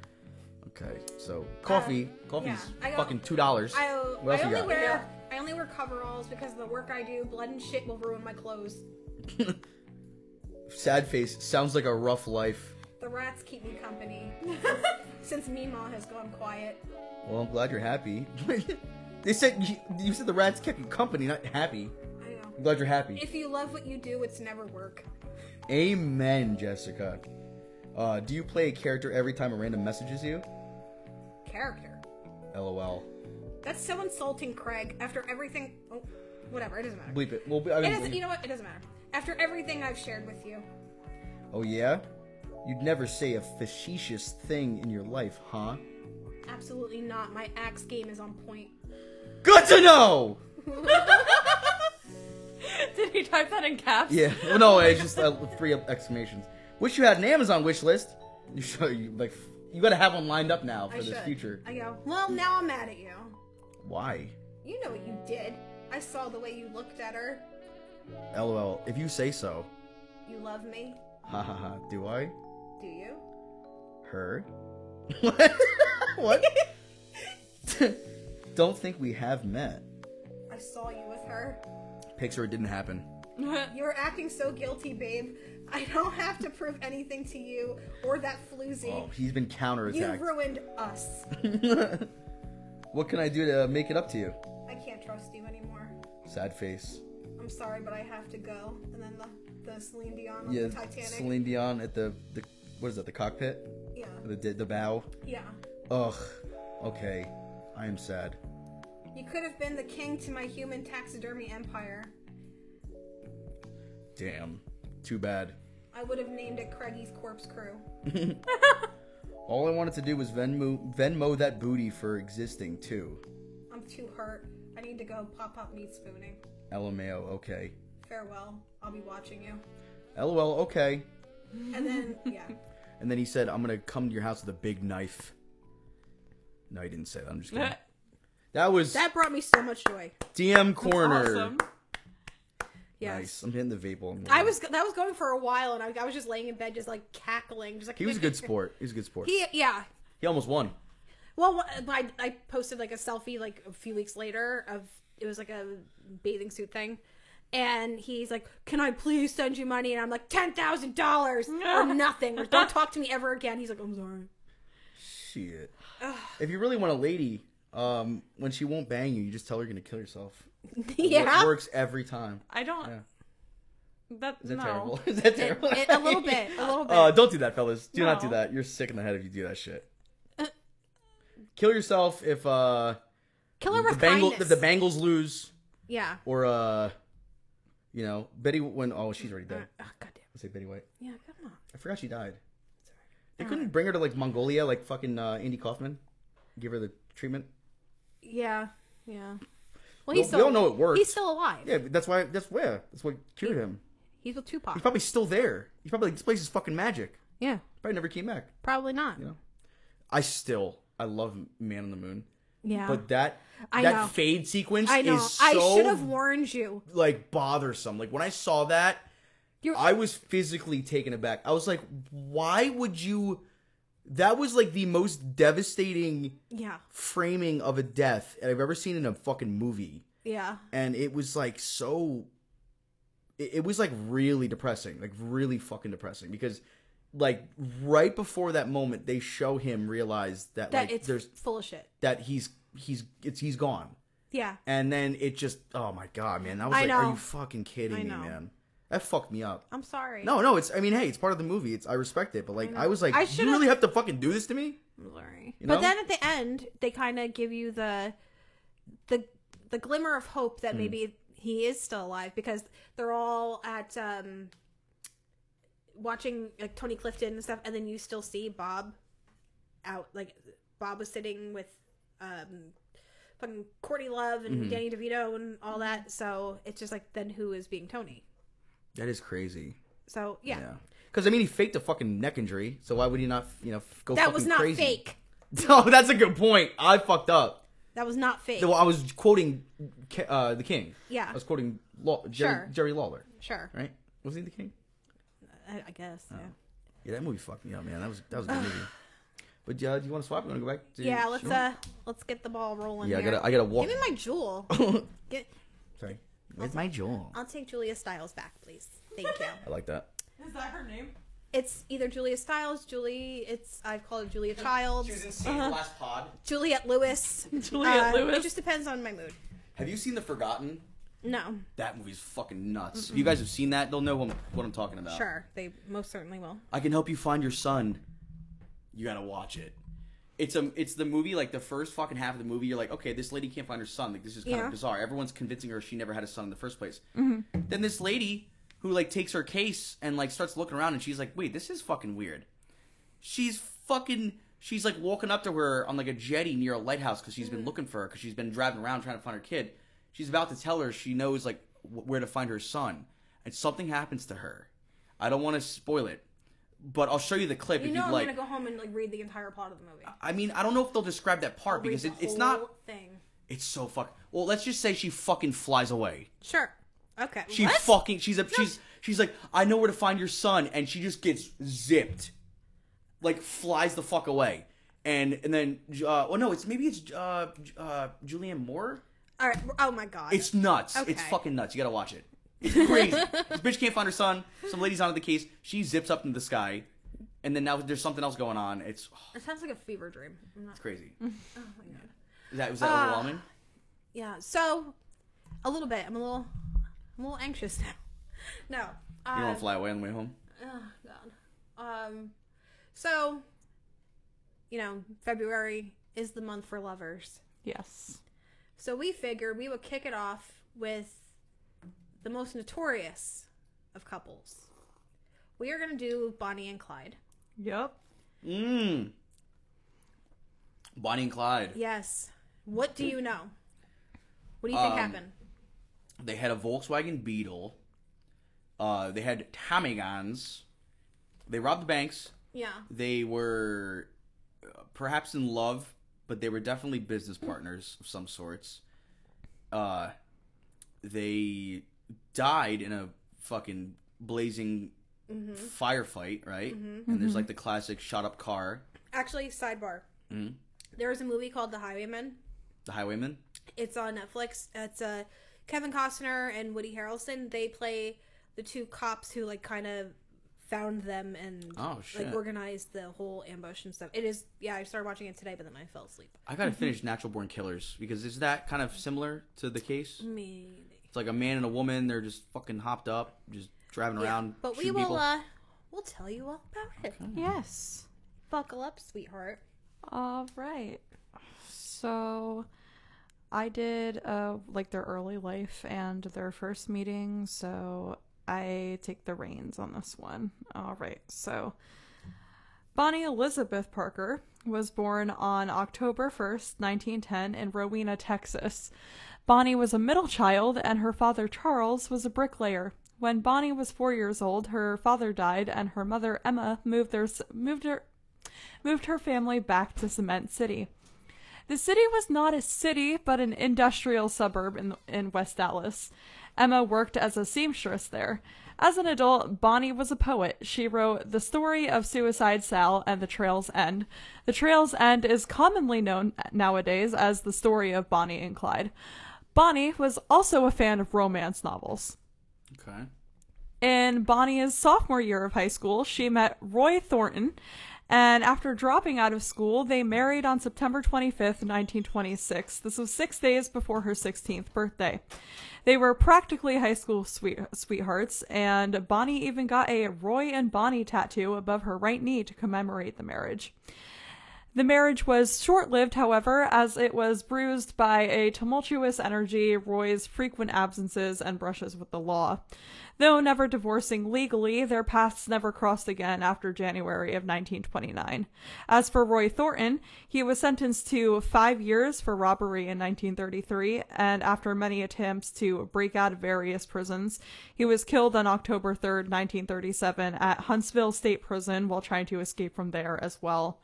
C: Okay, so coffee. Coffee's
A: Uh, yeah, I got-
C: fucking two dollars.
A: I,
C: What else
A: I
C: you
A: only
C: got?
A: wear I only wear coveralls because the work I do, blood and shit will ruin my clothes.
C: Sad face. Sounds like a rough life.
A: The rats keep me company. since Mima has gone quiet.
C: Well, I'm glad you're happy. [laughs] they said you, you said the rats kept you company, not happy.
A: I know.
C: I'm glad you're happy.
A: If you love what you do, it's never work.
C: Amen, Jessica. Uh, do you play a character every time a random messages you?
A: Character.
C: LOL.
A: That's so insulting, Craig. After everything, oh, whatever. It doesn't matter.
C: Bleep it. Well, I
A: It
C: mean,
A: doesn't. You know what? It doesn't matter. After everything I've shared with you,
C: oh yeah, you'd never say a facetious thing in your life, huh?
A: absolutely not. My axe game is on point.
C: Good to know.
B: Did he type that in caps?
C: Yeah. [laughs] Well, no, it's just uh, three exclamations. Wish you had an Amazon wish list. You should you, like you got to have one lined up now for
A: I
C: this
A: should.
C: future.
A: I go. Well, now I'm mad at you.
C: Why?
A: You know what you did. I saw the way you looked at her.
C: LOL. If you say so.
A: You love me,
C: Ha ha ha. Do I?
A: do you?
C: [laughs] Her? What? [laughs] what? Don't think we have met.
A: I saw you with her.
C: Picture it didn't happen.
B: [laughs]
A: You're acting so guilty, babe. I don't have to prove anything to you or that floozy.
C: Oh, he's been
A: you
C: counterattacked.
A: ruined us.
C: what can I do to uh, make it up to you?
A: I can't trust you anymore.
C: Sad face.
A: I'm sorry, but I have to go. And then the, the Celine Dion on
C: Yeah,
A: the Titanic.
C: Celine Dion at the, the what is that? The cockpit?
A: Yeah.
C: The the, the bow.
A: Yeah.
C: Ugh. Okay. I am sad.
A: You could have been the king to my human taxidermy empire.
C: Damn. Too bad.
A: I would have named it Craigie's Corpse Crew.
C: All I wanted to do was Venmo Venmo that booty for existing too.
A: I'm too hurt. I need to go pop up meat spooning.
C: LMAO. Okay.
A: Farewell. I'll be watching you.
C: LOL. Okay.
A: And [laughs] then, yeah.
C: And then he said, "I'm gonna come to your house with a big knife." No, he didn't say that. I'm
B: [laughs]
C: just kidding. That was
A: That brought me so much joy.
C: DM corner.
B: awesome.
A: Yes.
C: Nice. I'm hitting the vape on.
A: I was that was going for a while, and I, I was just laying in bed, just like cackling, just like
C: He was a good sport. He was a good sport. He,
A: [laughs] He yeah.
C: almost won.
A: Well, wh- I I posted like a selfie like a few weeks later of it was like a bathing suit thing, and he's like, "Can I please send you money?" And I'm like, 10000
C: [laughs]
A: dollars or nothing, or don't talk to me ever again." He's like, "I'm sorry." [laughs]
C: Shit. if you really want a lady, um, when she won't bang you, you just tell her you're gonna kill yourself.
A: yeah,
C: It works every time.
B: I don't. That,
C: Is that
B: no.
C: terrible? [laughs] Is that terrible?
A: It- [laughs] a
C: [laughs]
A: little bit, a little bit.
C: Uh, don't do that, fellas. Do not do
B: No.
C: that. You're sick in the head if you do that shit.
A: Uh.
C: Kill yourself if uh
A: Kill her
C: the
A: with
C: Bengals if
A: kindness.
C: the Bengals lose
A: yeah.
C: or uh you know Betty when oh she's already dead.
A: Oh, goddamn.
C: Let's say Betty White.
A: Yeah, come on.
C: I forgot she died. They couldn't bring her to like Mongolia like fucking uh, Andy Kaufman, give her the treatment.
A: Yeah, yeah. Well,
C: We- we all know it works.
A: He's still alive.
C: Yeah, that's why. That's where. That's what cured him.
A: He's with Tupac.
C: He's probably still there. He's probably like this place is fucking magic.
A: yeah,
C: Probably never came back.
A: probably not.
C: You know? I still I love Man on the Moon,
A: Yeah.
C: but that
A: I
C: that
A: know.
C: fade sequence
A: I know.
C: is
A: I should
C: so
A: have warned you.
C: like bothersome. Like when I saw that,
A: You're-
C: I was physically taken aback. I was like, why would you? That was like the most devastating
A: Yeah.
C: framing of a death I've ever seen in a fucking movie.
A: Yeah.
C: and it was like so it, it was like really depressing like really fucking depressing because like right before that moment they show him realize that,
A: That
C: like
A: it's
C: there's
A: full of shit.
C: that he's he's it's he's gone
A: Yeah.
C: and then it just oh my god man that was
A: I
C: like are
A: know.
C: you fucking kidding
A: I
C: me
A: know.
C: man that fucked me up
A: I'm sorry.
C: no no it's i mean hey it's part of the movie it's i respect it but like i, was like
A: I
C: you
A: should've-
C: really have to fucking do this to me
A: I'm sorry.
C: You know?
A: But then at the end, they kind of give you the the the glimmer of hope
C: Hmm.
A: that maybe he is still alive because they're all at um watching like Tony Clifton and stuff, and then you still see Bob out like Bob was sitting with um fucking Courtney Love
C: Mm-hmm.
A: and Danny DeVito and all that. So it's just like then who is being Tony?
C: that is crazy
A: So yeah,
C: yeah because i mean he faked a fucking neck injury so why would he not you know f- go
A: that
C: fucking
A: was not
C: crazy?
A: fake.
C: [laughs] No, that's a good point. I fucked up.
A: That was not fake.
C: Well, I was quoting K- uh, the king.
A: Yeah.
C: I was quoting Law- Jerry,
A: Sure.
C: Jerry Lawler,
A: sure,
C: right? Was he the king?
A: I, I guess.
C: Oh.
A: Yeah.
C: Yeah, that movie fucked me up, man. That was that was a good movie. But uh, do you want to swap? You want to go back? To
A: Yeah, let's
C: Sure.
A: uh let's get the ball rolling.
C: Yeah, I
A: here.
C: gotta I gotta walk.
A: Give me my [laughs] jewel. Get,
C: Sorry, where's my jaw? [laughs]
A: I'll take Julia Stiles back, please. Thank you.
C: I like that.
B: Is that her name?
A: It's either Julia Stiles, Julie. It's I've called it Julia Childs,
C: She was in Seed, the last pod.
A: Juliet [laughs] Lewis.
B: Juliette
A: Uh,
B: Lewis.
A: It just depends on my mood.
C: Have you seen The Forgotten?
A: No,
C: That movie's fucking nuts. If you guys have seen that, they'll know what I'm, what I'm talking about.
A: sure, they most certainly will.
C: I can help you find your son. You gotta watch it. It's a it's the movie like the first fucking half of the movie. You're like, okay, this lady can't find her son. Like this is kind
A: Yeah. Mm-hmm.
C: of bizarre. Everyone's convincing her she never had a son in the first place. Then this lady who like takes her case and like starts looking around and she's like, wait, this is fucking weird. She's fucking. She's like walking up to her on like a jetty near a lighthouse because she's
A: Mm.
C: been looking for her because she's been driving around trying to find her kid. She's about to tell her she knows like wh- where to find her son, and something happens to her. I don't want to spoil it, but I'll show you the clip
A: You
C: if
A: know,
C: you'd
A: I'm
C: like.
A: gonna go home and like read the entire plot of the movie.
C: I mean, I don't know if they'll describe that part because it,
A: Read the
C: it's not.
A: whole thing.
C: It's so fuck. Well, let's just say she fucking flies away.
A: Sure. Okay.
C: She
A: what?
C: fucking. She's a, she's she's like, I know where to find your son, and she just gets zipped, like flies the fuck away, and and then uh, well, no, it's maybe it's uh, uh, Julianne Moore.
A: All right. Oh my god.
C: It's nuts. It's
A: Okay.
C: fucking nuts. You gotta watch it.
A: [laughs]
C: It's crazy. this bitch can't find her son. Some lady's onto the case. She zips up into the sky, and then now there's something else going on. It's oh,
A: it sounds like a fever dream. I'm not,
C: it's crazy.
A: oh my god.
C: Is that was that
A: Uh,
C: overwhelming?
A: Yeah. So, a little bit. I'm a little. I'm a little anxious now. [laughs] No.
C: You
A: um,
C: want to fly away on the way home?
A: Oh God. Um. So, you know, February is the month for lovers.
B: Yes.
A: So we figured we would kick it off with the most notorious of couples. We are gonna do Bonnie and Clyde.
B: Yep.
C: Mmm. Bonnie and Clyde.
A: Yes. What do you know? What do you think
C: Um,
A: happened?
C: They had a Volkswagen Beetle. Uh, they had Tamigans. They robbed the banks.
A: Yeah.
C: They were uh, perhaps in love, but they were definitely business partners of some sorts. Uh, they died in a fucking blazing firefight, right? And there's like the classic shot up car,
A: Actually, sidebar.
C: mm-hmm.
A: There was a movie called The Highwaymen.
C: the highwayman.
A: It's on Netflix. It's uh, Kevin Costner and Woody Harrelson. They play the two cops who like kind of found them and
C: Oh, shit.
A: like organized the whole ambush and stuff. It is yeah. I started watching it today, but then I fell asleep.
C: I gotta finish Natural Born Killers because is that kind of similar to the case?
A: Me.
C: It's like a man and a woman. They're just fucking hopped up, just driving around.
A: but we
C: shooting
A: will.
C: people.
A: uh We'll tell you all about it.
B: Yes.
A: Buckle up, sweetheart.
B: All right. So I did uh like their early life and their first meeting, so I take the reins on this one. All right. So Bonnie Elizabeth Parker was born on October 1st, 1910 in Rowena, Texas. Bonnie was a middle child and her father Charles was a bricklayer. When Bonnie was 4 years old, her father died and her mother Emma moved their moved her moved her family back to Cement City. The city was not a city, but an industrial suburb in, in West Dallas. Emma worked as a seamstress there. As an adult, Bonnie was a poet. She wrote The Story of Suicide Sal and The Trail's End. The Trail's End is commonly known nowadays as The Story of Bonnie and Clyde. Bonnie was also a fan of romance novels.
C: Okay.
B: In Bonnie's sophomore year of high school, she met Roy Thornton, and after dropping out of school, they married on September 25th, 1926. This was six days before her 16th birthday. They were practically high school sweet- sweethearts, and Bonnie even got a Roy and Bonnie tattoo above her right knee to commemorate the marriage. The marriage was short lived, however, as it was bruised by a tumultuous energy, Roy's frequent absences, and brushes with the law. Though never divorcing legally, their paths never crossed again after January of 1929. As for Roy Thornton, he was sentenced to five years for robbery in 1933, and after many attempts to break out of various prisons, he was killed on October 3rd, 1937, at Huntsville State Prison while trying to escape from there as well.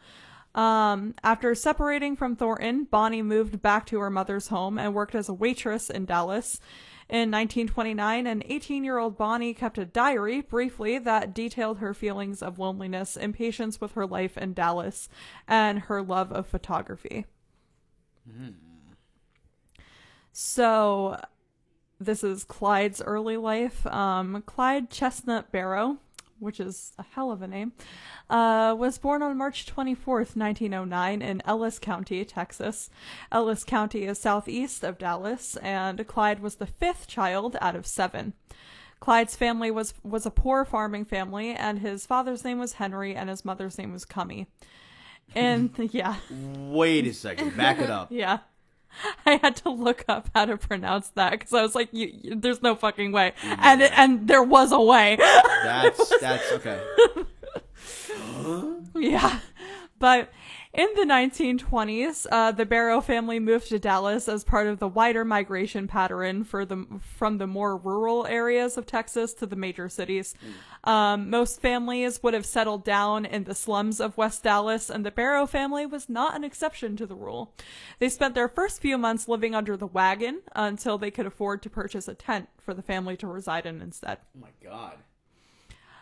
B: Um, after separating from Thornton, Bonnie moved back to her mother's home and worked as a waitress in Dallas. In 1929, an 18 year old Bonnie kept a diary briefly that detailed her feelings of loneliness, impatience with her life in Dallas, and her love of photography. So, this is Clyde's early life. Um, Clyde Chestnut Barrow which is a hell of a name, uh, was born on March 24th, 1909, in Ellis County, Texas. Ellis County is southeast of Dallas, and Clyde was the fifth child out of seven. Clyde's family was, was a poor farming family, and his father's name was Henry, and his mother's name was Cummy. And [laughs] yeah,
C: Wait a second. Back
B: [laughs]
C: it up.
B: yeah. I had to look up how to pronounce that because I was like, you, you- "There's no fucking way," and it, and there was a way.
C: That's that's okay. Oh
B: [laughs] Yeah. But in the 1920s, uh, the Barrow family moved to Dallas as part of the wider migration pattern for the from the more rural areas of Texas to the major cities. Um, most families would have settled down in the slums of West Dallas, and the Barrow family was not an exception to the rule. They spent their first few months living under the wagon until they could afford to purchase a tent for the family to reside in instead.
C: Oh my god.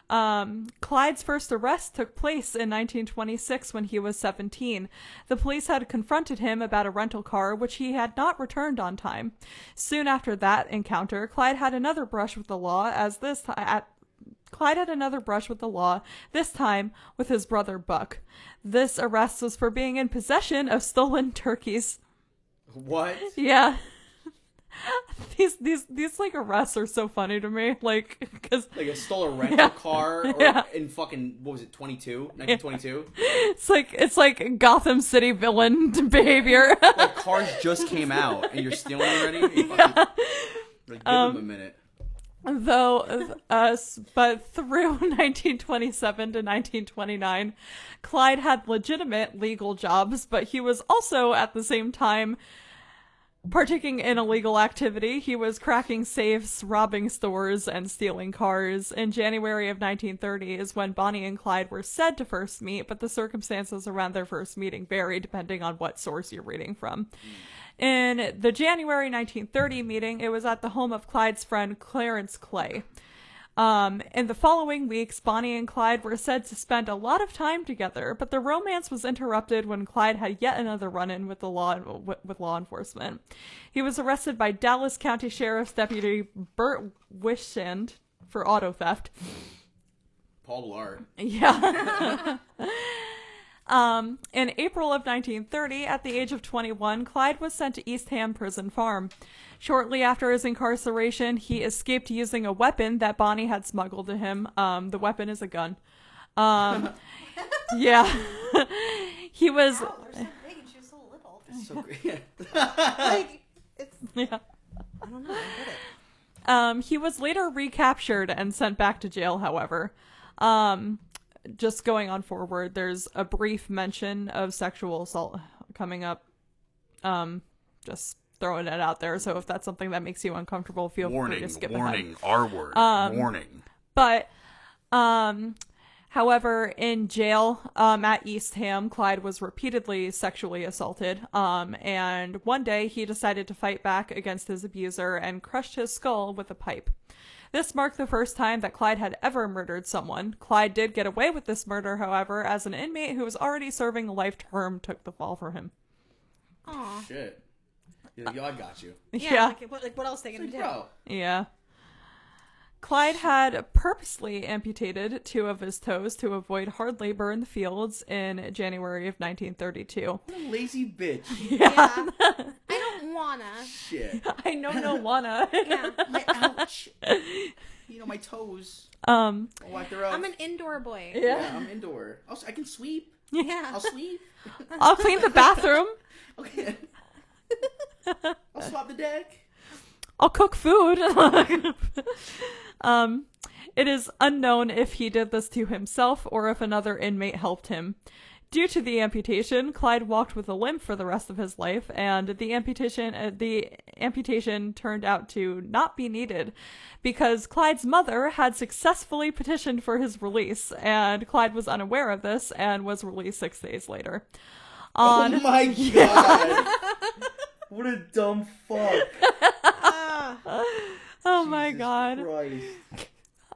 B: Um, Clyde's first arrest took place in 1926 when he was 17. The police had confronted him about a rental car which he had not returned on time. Soon after that encounter, Clyde had another brush with the law as this ti- at Clyde had another brush with the law, this time with his brother Buck. This arrest was for being in possession of stolen [laughs] turkeys.
C: What?
B: Yeah. [laughs] these these these like arrests are so funny to me like cuz
C: Like I stole a rental
B: [laughs] Yeah.
C: car or
B: Yeah.
C: in fucking what was it, 22? 1922?
B: It's like it's like Gotham City villain [laughs] behavior.
C: Like cars just came out and you're stealing already?
B: [laughs]
C: You fucking- like, give
B: Um,
C: him a minute.
B: Though us, but through [laughs] 1927 to 1929, Clyde had legitimate legal jobs, but he was also at the same time partaking in illegal activity. He was cracking safes, robbing stores, and stealing cars. In January of 1930 is when Bonnie and Clyde were said to first meet, but the circumstances around their first meeting vary depending on what source you're reading from. In the January 1930 meeting, it was at the home of Clyde's friend Clarence Clay. Um, in the following weeks, Bonnie and Clyde were said to spend a lot of time together, but their romance was interrupted when Clyde had yet another run-in with the law with, with law enforcement. He was arrested by Dallas County Sheriff's Deputy Burt Wishand for auto theft.
C: Paul Blart.
B: Yeah. [laughs] um, in April of 1930, at the age of 21, Clyde was sent to Eastham Prison Farm. Shortly after his incarceration, he escaped using a weapon that Bonnie had smuggled to him. Um, the weapon is a gun. Um, [laughs] yeah. [laughs] he was.
A: Wow, they're so big and she was so [laughs] little.
C: So
B: [laughs]
C: yeah.
A: Like, it's,
B: Yeah.
A: I don't know. I get it.
B: Um, he was later recaptured and sent back to jail, however. Um, just going on forward, there's a brief mention of sexual assault coming up. Um, just throwing it out there. So if that's something that makes you uncomfortable, feel free to skip ahead. Um,
C: R word. warning.
B: But, um, however, in jail um, at Eastham, Clyde was repeatedly sexually assaulted. Um, and one day he decided to fight back against his abuser and crushed his skull with a pipe. This marked the first time that Clyde had ever murdered someone. Clyde did get away with this murder, however, as an inmate who was already serving a life term took the fall for him. uh,
A: Aw.
C: Shit. Yeah, I got you.
A: [laughs] Yeah.
B: Yeah.
A: Like, what, like, what else they going to do?
C: Bro.
B: Yeah. Clyde had purposely amputated two of his toes to avoid hard labor in the fields in January of 1932.
C: What a lazy bitch. [laughs]
A: Yeah. I don't wanna.
C: Shit.
B: [laughs] I know no wanna.
A: Yeah.
C: My ouch. You know, my toes.
B: um,
C: I'll wipe her up.
A: I'm an indoor
C: [laughs]
A: boy.
B: yeah.
C: yeah, I'm indoor. I'll, I can sweep.
A: Yeah.
C: I'll sweep.
B: [laughs] I'll clean the bathroom.
C: Okay. I'll swap the deck.
B: I'll cook food. [laughs] um, it is unknown if he did this to himself or if another inmate helped him. Due to the amputation, Clyde walked with a limp for the rest of his life, and the amputation uh, the amputation turned out to not be needed because Clyde's mother had successfully petitioned for his release, and Clyde was unaware of this and was released six days later. On
D: Oh my god! what a dumb fuck!
A: Ah.
B: oh my
D: Jesus
B: god.
D: Christ.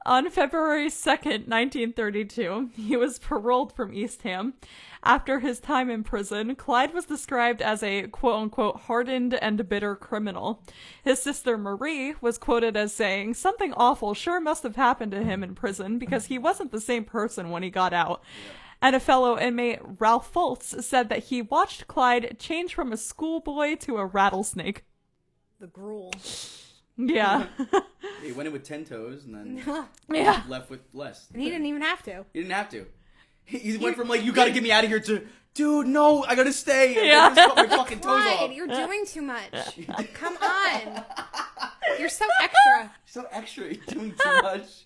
B: On February 2nd, 1932, he was paroled from Eastham. After his time in prison, Clyde was described as a quote unquote hardened and bitter criminal. His sister Marie was quoted as saying, Something awful sure must have happened to him in prison because he wasn't the same person when he got out. And a fellow inmate, Ralph Foltz, said that he watched Clyde change from a schoolboy to a rattlesnake. [laughs]
A: The gruel. [laughs]
C: [laughs]
B: Yeah.
C: He went in with ten toes and
A: [laughs]
C: then
B: yeah.
C: left with less.
A: And he didn't e- even have to.
C: He didn't have to. He, he went from like you got to get me out of here to dude, no, I gotta stay. I
B: Yeah.
C: gotta just cut my fucking
A: [laughs]
C: toes
A: Clyde,
C: off.
A: you're doing too much.
C: [laughs]
A: Come on. You're so extra.
C: so extra. You're [laughs] doing too much.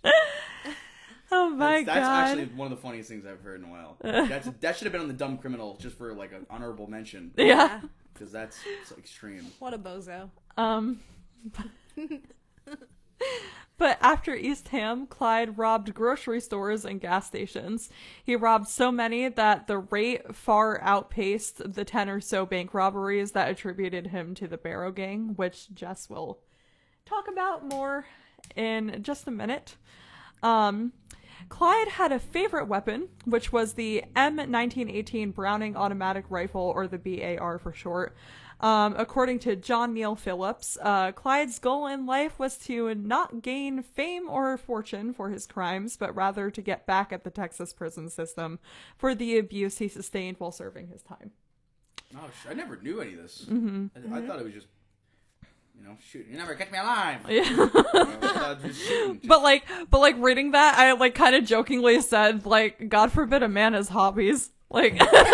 B: Oh my
C: that's
B: god.
C: actually one of the funniest things I've heard in a while.
B: [laughs]
C: That's that should have been on the dumb criminal just for like an honorable mention
B: yeah.
C: because that's so extreme.
A: What a bozo.
B: Um, [laughs] but after East Ham, Clyde robbed grocery stores and gas stations. He robbed so many that the rate far outpaced the 10 or so bank robberies that attributed him to the Barrow Gang, which Jess will talk about more in just a minute. Um, Clyde had a favorite weapon, which was the M1918 Browning automatic rifle, or the BAR for short. Um, according to John Neal Phillips, uh, Clyde's goal in life was to not gain fame or fortune for his crimes, but rather to get back at the Texas prison system for the abuse he sustained while serving his time.
C: Oh, sh- I never knew any of this. I,
B: Mm-hmm.
C: I thought it was just, you know, shooting. You never catch me alive. I thought it was just shooting.
B: [laughs]
C: Just-
B: But like, but like reading that, I like kind of jokingly said, like, God forbid a man has hobbies. Like, [laughs] like-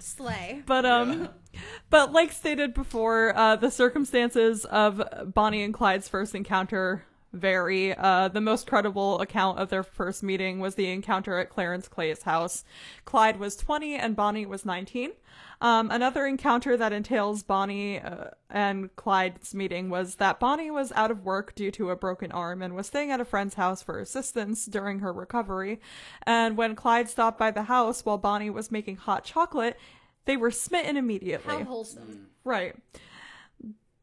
A: Slay.
B: but um, but like stated before, uh, the circumstances of Bonnie and Clyde's first encounter vary. Uh, the most credible account of their first meeting was the encounter at Clarence Clay's house. Clyde was 20 and Bonnie was 19. Um, another encounter that entails Bonnie uh, and Clyde's meeting was that Bonnie was out of work due to a broken arm and was staying at a friend's house for assistance during her recovery. And when Clyde stopped by the house while Bonnie was making hot chocolate, they were smitten immediately.
A: How wholesome.
B: Right.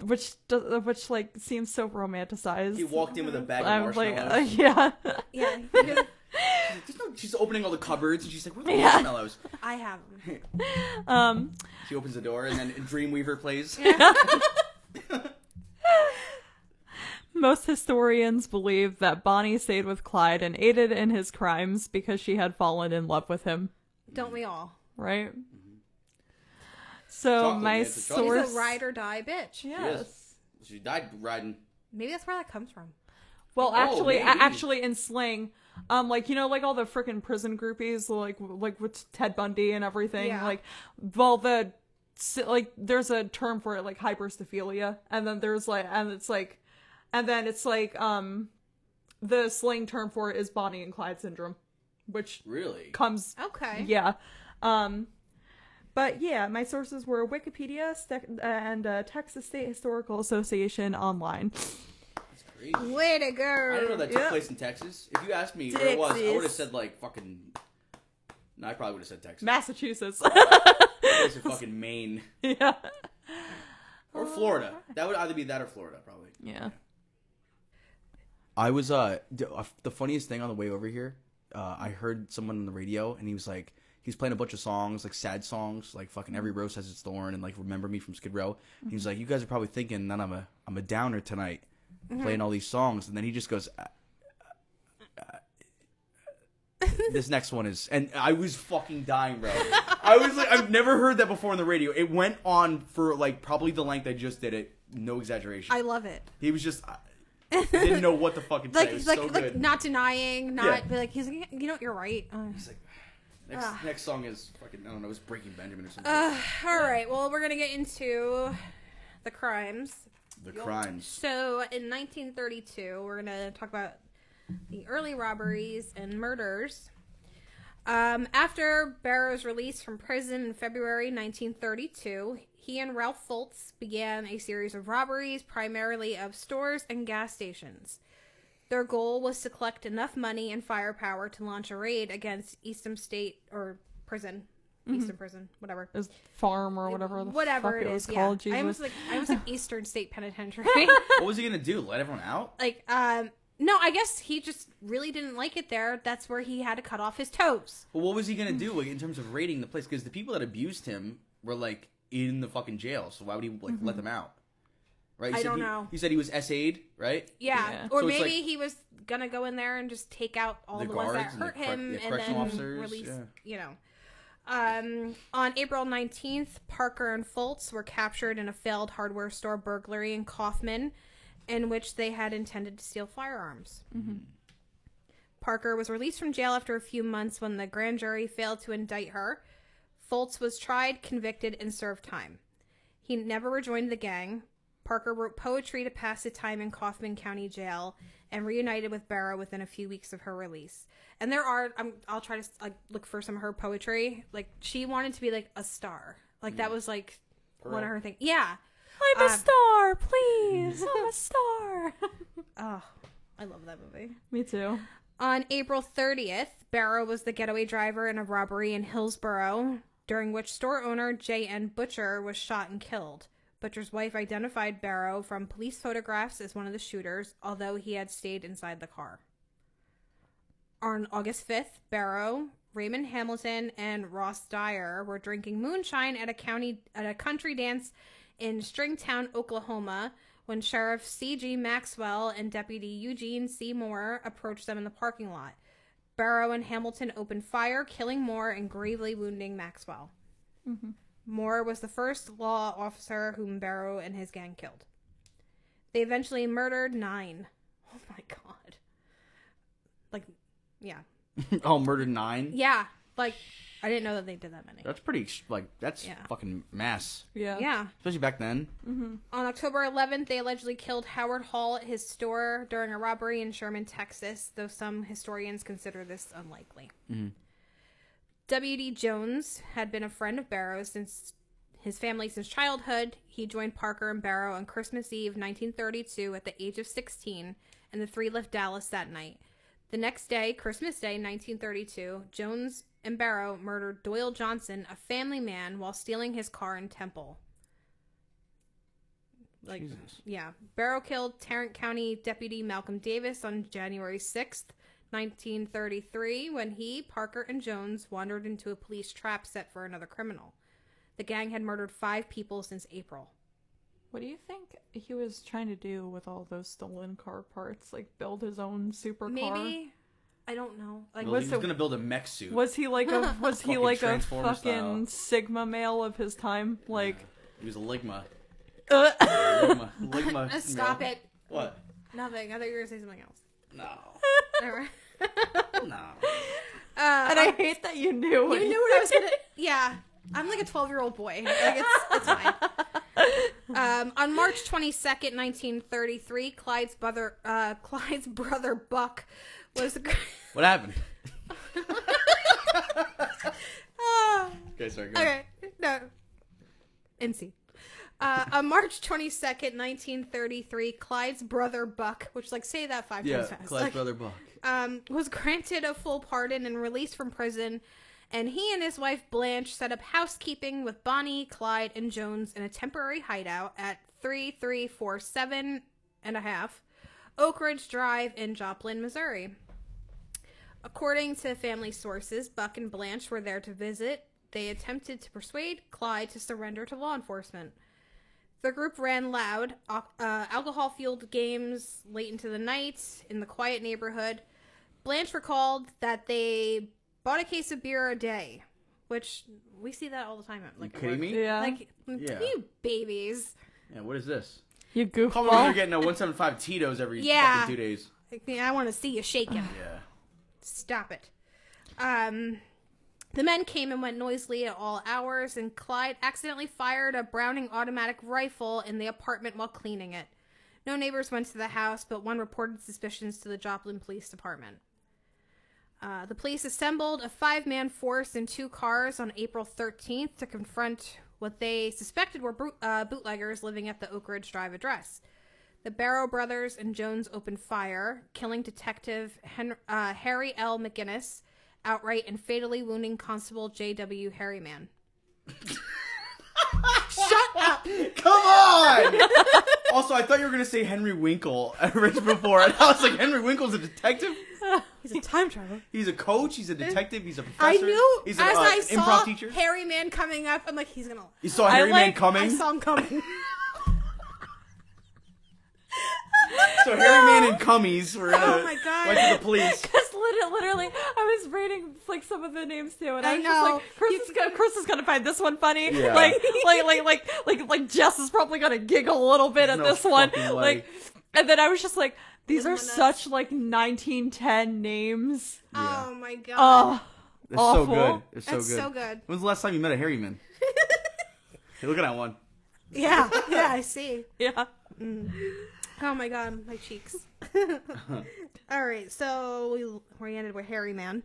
B: Which does, which like seems so romanticized.
C: he walked in with a bag
B: I'm
C: of
B: like, oh,
C: marshmallows.
B: uh, [laughs] yeah,
A: Yeah.
C: Mm. [laughs]
A: you know,
C: There's no- she's opening all the cupboards and she's like, "Where the
B: Yeah.
C: marshmallows?"
A: I have
C: [laughs]
A: them.
B: um,
C: She opens the door and then Dreamweaver plays.
B: most historians believe that Bonnie stayed with Clyde and aided in his crimes because she had fallen in love with him.
A: [laughs] Don't we all?
B: Right. So
C: Mm-hmm. Chocolate,
B: my
C: yeah, it's a
A: She's
C: chocolate.
B: source,
A: a ride or die bitch.
B: yes.
C: She died riding.
A: Maybe that's where that comes from.
B: Well,
C: Oh,
B: actually, a-
C: maybe.
B: actually in slang, um, like you know, like all the freaking prison groupies, like like with Ted Bundy and everything,
A: Yeah.
B: like well the si- like there's a term for it like hyperstophilia, and then there's like and it's like and then it's like um the slang term for it is Bonnie and Clyde syndrome, which
C: Really?
B: comes
A: Okay.
B: yeah. Um, but yeah, my sources were Wikipedia Stec- and uh, Texas State Historical Association online. [laughs]
C: That's crazy.
A: Way to go.
C: I don't know that took place in Texas. If you asked me where it was, I would have said like fucking. No, I probably would have said Texas.
B: Massachusetts. [laughs]
C: I would've said fucking Maine
B: yeah.
C: or Florida. That would either be that or Florida, probably.
B: Yeah.
C: I was uh d- uh, the funniest thing on the way over here. Uh, I heard someone on the radio, and he was like, he's playing a bunch of songs, like sad songs, like fucking every rose has its thorn, and like remember me from Skid Row. He was like, you guys are probably thinking that I'm a I'm a downer tonight, playing all these songs, and then he just goes. "Uh, uh, uh, this next one is, and I was fucking dying, bro. I was like, I've never heard that before on the radio. It went on for like probably the length I just did it. No exaggeration.
A: I love it.
C: He was just I I didn't know what the
A: [laughs]
C: fuck to say. It
A: Like,
C: was
A: like,
C: so
A: like,
C: good.
A: not denying, not
C: Yeah.
A: but like he's like, you know, what, you're right.
B: Oh,
A: Uh,
C: It's like, next,
A: Ah.
C: next song is fucking I don't know. It's Breaking Benjamin or something.
A: all right. Well, we're gonna get into the crimes. [laughs]
C: the crimes.
A: So in 1932, we're gonna talk about the early robberies and murders. Um, after Barrow's release from prison in February 1932, he and Ralph Foltz began a series of robberies, primarily of stores and gas stations. Their goal was to collect enough money and firepower to launch a raid against Eastham State or prison, Eastern person, whatever.
B: Is farm or Mm-hmm. whatever the
A: whatever
B: fuck
A: it
B: it was
A: is, yeah.
B: called.
A: I
B: Jesus.
A: almost like I almost like Eastern State
B: [laughs]
A: Penitentiary.
C: What was he gonna do? Let everyone out?
A: like, um, no, I guess he just really didn't like it there. That's where he had to cut off his toes.
C: Well, what was he gonna do like, in terms of raiding the place? Because the people that abused him were like in the fucking jail. So why would he like let them out? Right?
A: Mm-hmm.
C: He
A: I
C: said
A: don't
C: he,
A: know.
C: He said he was SA'd, right?
A: Yeah,
B: Yeah.
A: or
C: So it's
A: maybe
C: like-
A: he was gonna go in there and just take out all
C: The
A: the, ones that
C: guards and the
A: hurt
C: correc-
A: him,
C: the
A: and then
C: correctional officers,
A: release.
C: yeah.
A: You know, um, on April nineteenth, Parker and Fultz were captured in a failed hardware store burglary in Kaufman, in which they had intended to steal firearms. Parker was released from jail after a few months when the grand jury failed to indict her. Fultz was tried, convicted, and served time. He never rejoined the gang. Parker wrote poetry to pass the time in Kaufman County Jail and reunited with Barrow within a few weeks of her release. And there are, I'm, I'll try to like look for some of her poetry. Like she wanted to be like a star. Like that was like one of her things. Yeah.
B: I'm a
A: um,
B: star, please. I'm
A: [laughs]
B: a star. [laughs]
A: Oh, I love that movie.
B: Me too.
A: On April 30th, Barrow was the getaway driver in a robbery in Hillsborough, during which store owner J.N. Butcher was shot and killed. Butcher's wife identified Barrow from police photographs as one of the shooters, although he had stayed inside the car. On August 5th, Barrow, Raymond Hamilton, and Ross Dyer were drinking moonshine at a county at a country dance in Stringtown, Oklahoma, when Sheriff C.G. Maxwell and Deputy Eugene C. Moore approached them in the parking lot. Barrow and Hamilton opened fire, killing Moore and gravely wounding Maxwell. Moore was the first law officer whom Barrow and his gang killed. They eventually murdered nine. [laughs] Oh my god. Like, yeah.
C: [laughs] oh, murdered nine.
A: Yeah. Like, I didn't know that they did that many.
C: That's pretty. ex- Like that's
A: Yeah.
C: fucking mass,
B: Yeah.
A: Yeah.
C: especially back then.
A: On October 11th, they allegedly killed Howard Hall at his store during a robbery in Sherman, Texas, though some historians consider this unlikely. W.D. Jones had been a friend of Barrow since his family since childhood. He joined Parker and Barrow on Christmas Eve 1932 at the age of 16, and the three left Dallas that night. The next day, Christmas Day 1932, Jones and Barrow murdered Doyle Johnson, a family man, while stealing his car in Temple. Like, yeah. Barrow killed Tarrant County Deputy Malcolm Davis on January 6th, 1933, when he, Parker, and Jones wandered into a police trap set for another criminal. The gang had murdered five people since April.
B: What do you think he was trying to do with all those stolen car parts? Like build his own super car?
A: Maybe. I don't know. Like,
C: Well, he
B: What's
C: was
B: the-
C: gonna build a mech suit.
B: Was he like
A: [laughs]
B: a was he
C: Fucking
B: like a
C: Transformer
B: fucking
C: style.
B: sigma male of his time?
A: [laughs]
B: Like
C: He was a ligma.
B: uh,
C: Ligma. ligma
A: stop
C: male.
A: it.
C: What?
A: Nothing. I thought you were going to say something
B: [laughs]
A: else.
C: No. [laughs]
A: Never.
C: No.
A: Uh,
B: and I hate that you knew.
A: you knew what I was gonna. Yeah, I'm like a 12 year old boy. Like it's, it's
B: [laughs]
A: fine. Um, on March 22nd, 1933, Clyde's brother, uh, Clyde's brother Buck,
B: [laughs]
A: was. [laughs]
C: What happened?
A: Ah.
C: Okay, sorry. Go ahead.
A: Okay, no. NC. Uh, on March 22nd, 1933, Clyde's brother Buck, which, like, say that five
C: Yeah,
A: times fast.
C: Clyde's
A: like,
C: brother Buck.
A: um, was granted a full pardon and released from prison. And he and his wife Blanche set up housekeeping with Bonnie, Clyde, and Jones in a temporary hideout at 3347 and a half Oak Ridge Drive in Joplin, Missouri. According to family sources, Buck and Blanche were there to visit. They attempted to persuade Clyde to surrender to law enforcement. The group ran loud, uh, alcohol fueled games late into the night in the quiet neighborhood. Blanche recalled that they bought a case of beer a day, which we see that all the time. at, Like,
C: you
A: at work.
C: kidding
B: [laughs]
C: me?
B: Yeah.
A: Like,
C: Yeah.
A: you babies.
C: Yeah, what is this?
B: you
C: Come on, you're
B: goofball.
C: getting a 175 Tito's every
A: Yeah.
C: fucking two days.
A: Like, I want to see you shake him.
C: Yeah.
A: Stop it. Um, the men came and went noisily at all hours, and Clyde accidentally fired a Browning automatic rifle in the apartment while cleaning it. No neighbors went to the house, but one reported suspicions to the Joplin Police Department. Uh, the police assembled a five man force in two cars on April 13th to confront what they suspected were boot- uh, bootleggers living at the Oak Ridge Drive address. The Barrow brothers and Jones opened fire, killing Detective Hen- uh, Harry L. McGinnis outright and fatally wounding Constable J.W. Harryman.
C: Come on! [laughs] also, I thought you were going to say Henry Winkle [laughs] right before. And I was like, Henry Winkle's a detective?
B: He's a time traveler.
C: He's a coach? He's a detective? He's a
A: I
C: professor?
A: knew
C: He's
A: as
C: an uh,
A: I
C: improv
A: saw
C: teacher?
A: Harry Man coming up, I'm like, he's gonna.
C: you saw
B: I
C: Harry Man
B: like-
C: coming?
A: I saw him
C: [laughs]
A: coming.
C: so Harry Man and Cummies were in
A: Oh
C: a-
A: my God.
C: went to the police.
B: Because literally, literally, I was reading like some of the names too, and I,
A: I
B: was
A: know.
B: just like, Chris is, gonna, Chris is gonna find this one funny.
C: Yeah.
B: Like, like, like, like, like, like, Jess is probably gonna giggle a little bit at
C: No
B: this one.
C: fucking way.
B: Like, and then I was just like, these are
A: Living on
B: such like 1910 names.
A: Oh my god.
B: Oh,
C: It's
B: Awful.
C: so good. It's so
A: That's
C: good.
A: so [laughs] good.
C: When's the last time you met a Harry Man? Hey, look at that one.
A: Yeah, yeah, I see.
B: yeah. [laughs]
A: Oh my god, my cheeks. All right, so we, we ended with Harry Man.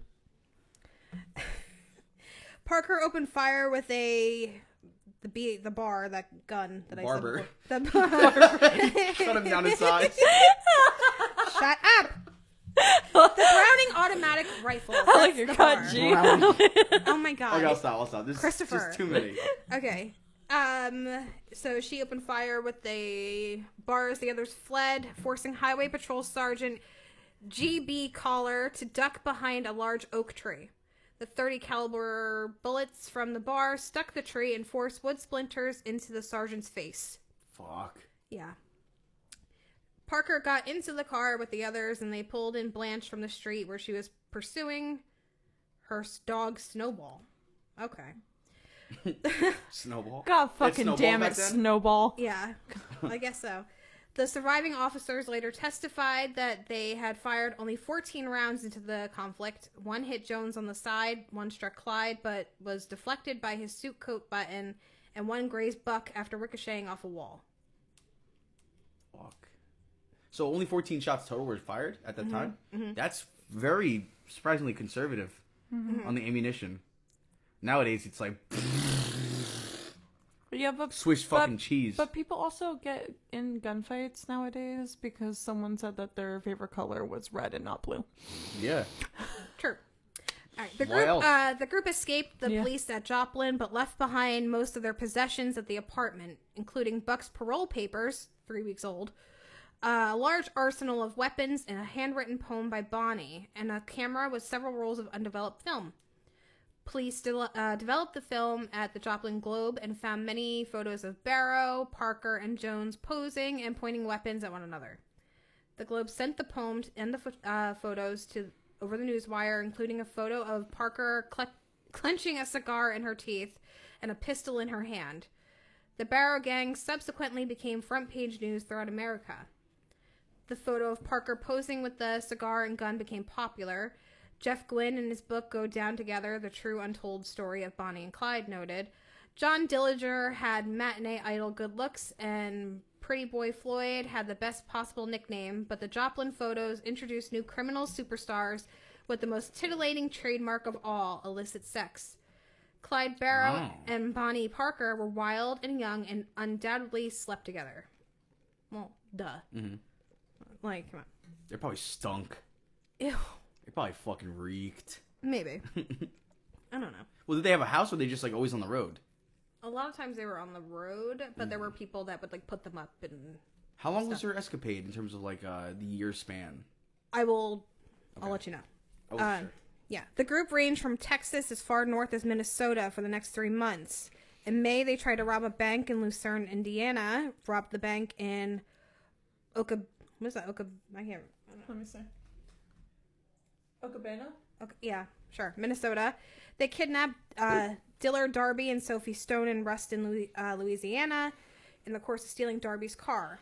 A: Parker opened fire with a the be the bar that gun that I
C: Barber.
A: said before. the
C: Shut him down in size.
A: Shut up. The Browning automatic rifle.
B: [laughs] I like
A: That's
B: your
A: the
B: cut,
A: bar.
B: G.
A: Oh my god.
C: Okay, I'll stop. I'll stop. This
A: Christopher.
C: is just too many.
A: Okay. Um. So she opened fire with the bars. The others fled, forcing Highway Patrol Sergeant G.B. Collar to duck behind a large oak tree. The 30 caliber bullets from the bar stuck the tree and forced wood splinters into the sergeant's face.
C: Fuck.
A: Yeah. Parker got into the car with the others and they pulled in Blanche from the street where she was pursuing her s- dog Snowball. Okay.
C: Snowball.
B: God
C: It's
B: fucking
C: Snowball
B: damn
C: back
B: it,
C: then?
B: Snowball.
A: Yeah, I guess so. The surviving officers later testified that they had fired only 14 rounds into the conflict. One hit Jones on the side, one struck Clyde, but was deflected by his suit coat button, and one grazed Buck after ricocheting off a wall.
C: Fuck. So only 14 shots total were fired at
B: Mm-hmm,
C: that time. That's very surprisingly conservative
B: Mm-hmm.
C: on the ammunition. Nowadays, it's like
B: Yeah, but
C: swish
B: but-
C: fucking cheese.
B: But people also get in gunfights nowadays because someone said that their favorite color was red and not blue.
C: yeah.
A: True. All right. The
C: What
A: group,
C: else?
A: uh, the group escaped the
B: Yeah.
A: police at Joplin, but left behind most of their possessions at the apartment, including Buck's parole papers, three weeks old, a large arsenal of weapons, and a handwritten poem by Bonnie, and a camera with several rolls of undeveloped film. Police de- uh, developed the film at the Joplin Globe and found many photos of Barrow, Parker, and Jones posing and pointing weapons at one another. The Globe sent the poem and the pho- uh, photos to over the newswire, including a photo of Parker cle- clenching a cigar in her teeth and a pistol in her hand. The Barrow Gang subsequently became front page news throughout America. The photo of Parker posing with the cigar and gun became popular. Jeff Gwynn, in his book Go Down Together The True Untold Story of Bonnie and Clyde, noted John Dillinger had matinee idol good looks, and Pretty Boy Floyd had the best possible nickname, but the Joplin photos introduced new criminal superstars with the most titillating trademark of all illicit sex. Clyde Barrow
C: Wow.
A: and Bonnie Parker were wild and young and undoubtedly slept together. Well, duh. Like, come on.
C: They're probably stunk.
A: Ew.
C: They probably fucking reeked.
A: Maybe. [laughs] I don't know.
C: Well, did they have a house or were they just like always on the road?
A: A lot of times they were on the road, but there were people that would like put them up and
C: How long was their escapade in terms of like uh, the year span?
A: I will I'll let you know.
C: Oh,
A: Uh,
C: sure.
A: Yeah. The group ranged from Texas as far north as Minnesota for the next three months. In May, they tried to rob a bank in Lucerne, Indiana. Robbed the bank in Oka. What is that? Oka. I can't.
B: Let me see. Okabana?
A: Okay, yeah, sure. Minnesota. They kidnapped uh, Diller Darby and Sophie Stone in Ruston, Lu- uh, Louisiana, in the course of stealing Darby's car.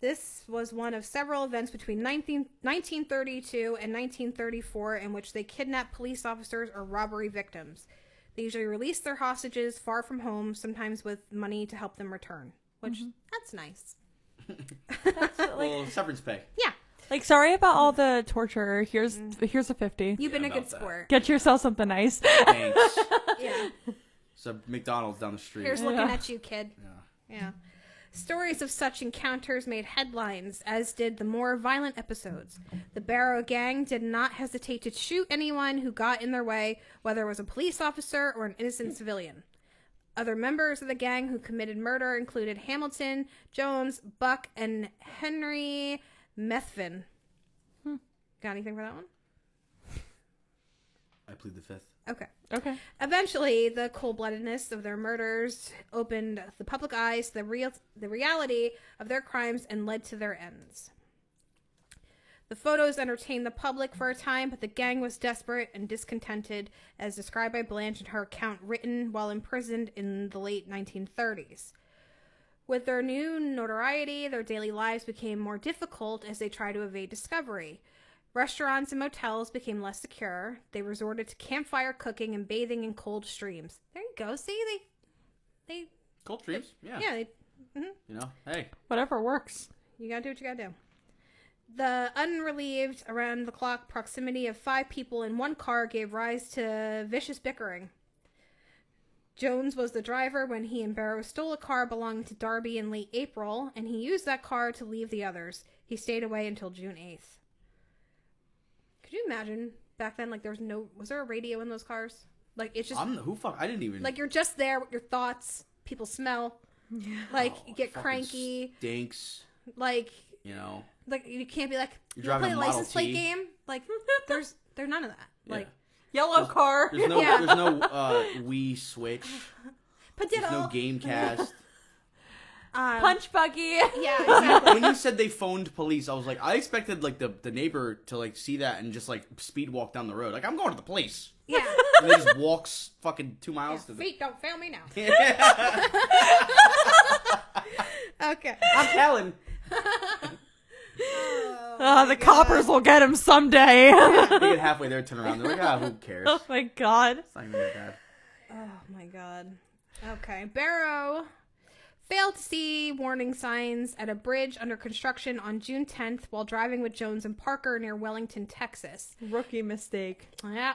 A: This was one of several events between 19, 1932 and 1934 in which they kidnapped police officers or robbery victims. They usually released their hostages far from home, sometimes with money to help them return, which
C: Mm-hmm.
A: that's nice.
B: like,
C: Well,
B: [laughs]
C: severance pay.
A: Yeah,
B: like, sorry about all the torture. Here's here's a fifty.
A: you've been a
C: about
A: good
C: that. [laughs]
A: sport.
B: Get yourself something nice.
C: Thanks.
A: Yeah.
C: so McDonald's down the street.
A: Here's looking at you, kid. Yeah. Stories of such encounters made headlines, as did the more violent episodes. The Barrow Gang did not hesitate to shoot anyone who got in their way, whether it was a police officer or an innocent civilian. Other members of the gang who committed murder included Hamilton, Jones, Buck, and Henry Methvin. Got anything for that one?
C: I plead the fifth.
A: Okay.
B: Okay.
A: Eventually, the cold bloodedness of their murders opened the public eyes to the, real- the reality of their crimes and led to their ends. The photos entertained the public for a time, but the gang was desperate and discontented, as described by Blanche in her account written while imprisoned in the late 1930s. With their new notoriety, their daily lives became more difficult as they tried to evade discovery. Restaurants and motels became less secure. They resorted to campfire cooking and bathing in cold streams. There you go. See, they,
C: Cold dreams. Yeah.
A: they, yeah, they
C: You know, hey,
B: Whatever works.
A: You gotta do what you gotta do. The unrelieved, around the clock proximity of five people in one car gave rise to vicious bickering. Jones was the driver when he and Barrow stole a car belonging to Darby in late April, and he used that car to leave the others. He stayed away until June 8th. Could you imagine back then, like, there was no. Was there a radio in those cars? Like, it's just.
C: I'm the who fuck. I didn't even
A: like, you're just there with your thoughts, people smell. Like,
C: Oh,
A: you get
C: fucking
A: cranky.
C: Stinks.
A: Like,
C: You know.
A: like you can't be like
C: You're
A: you
C: driving
A: play
C: a
A: a
C: Model
A: license plate
C: T.
A: game. [laughs] Like there's there's none of that. Like
B: Yellow car.
C: There's no.
A: Yeah.
C: There's no uh, Wii Switch. There's
A: Paditto.
C: no
A: [laughs]
C: Gamecast.
A: Um,
B: Punch buggy.
A: [laughs] Yeah, exactly.
C: when you said they phoned police, I was like, I expected like the, the neighbor to like see that and just like speed walk down the road. Like I'm going to the police.
A: yeah.
C: And they just walks fucking two
A: Yeah,
C: miles to the.
A: Feet don't fail
C: [laughs]
A: me now. [laughs]
C: I'm
A: Okay.
C: telling.
B: [laughs] Ah, the coppers will get him someday. [laughs]
C: They get halfway there, turn around. They're like, ah, who cares?
B: oh
C: It's
B: my god.
C: not even that bad.
A: Oh my god. Okay. Barrow failed to see warning signs at a bridge under construction on June 10th while driving with Jones and Parker near Wellington, Texas.
B: Rookie mistake.
A: Yeah.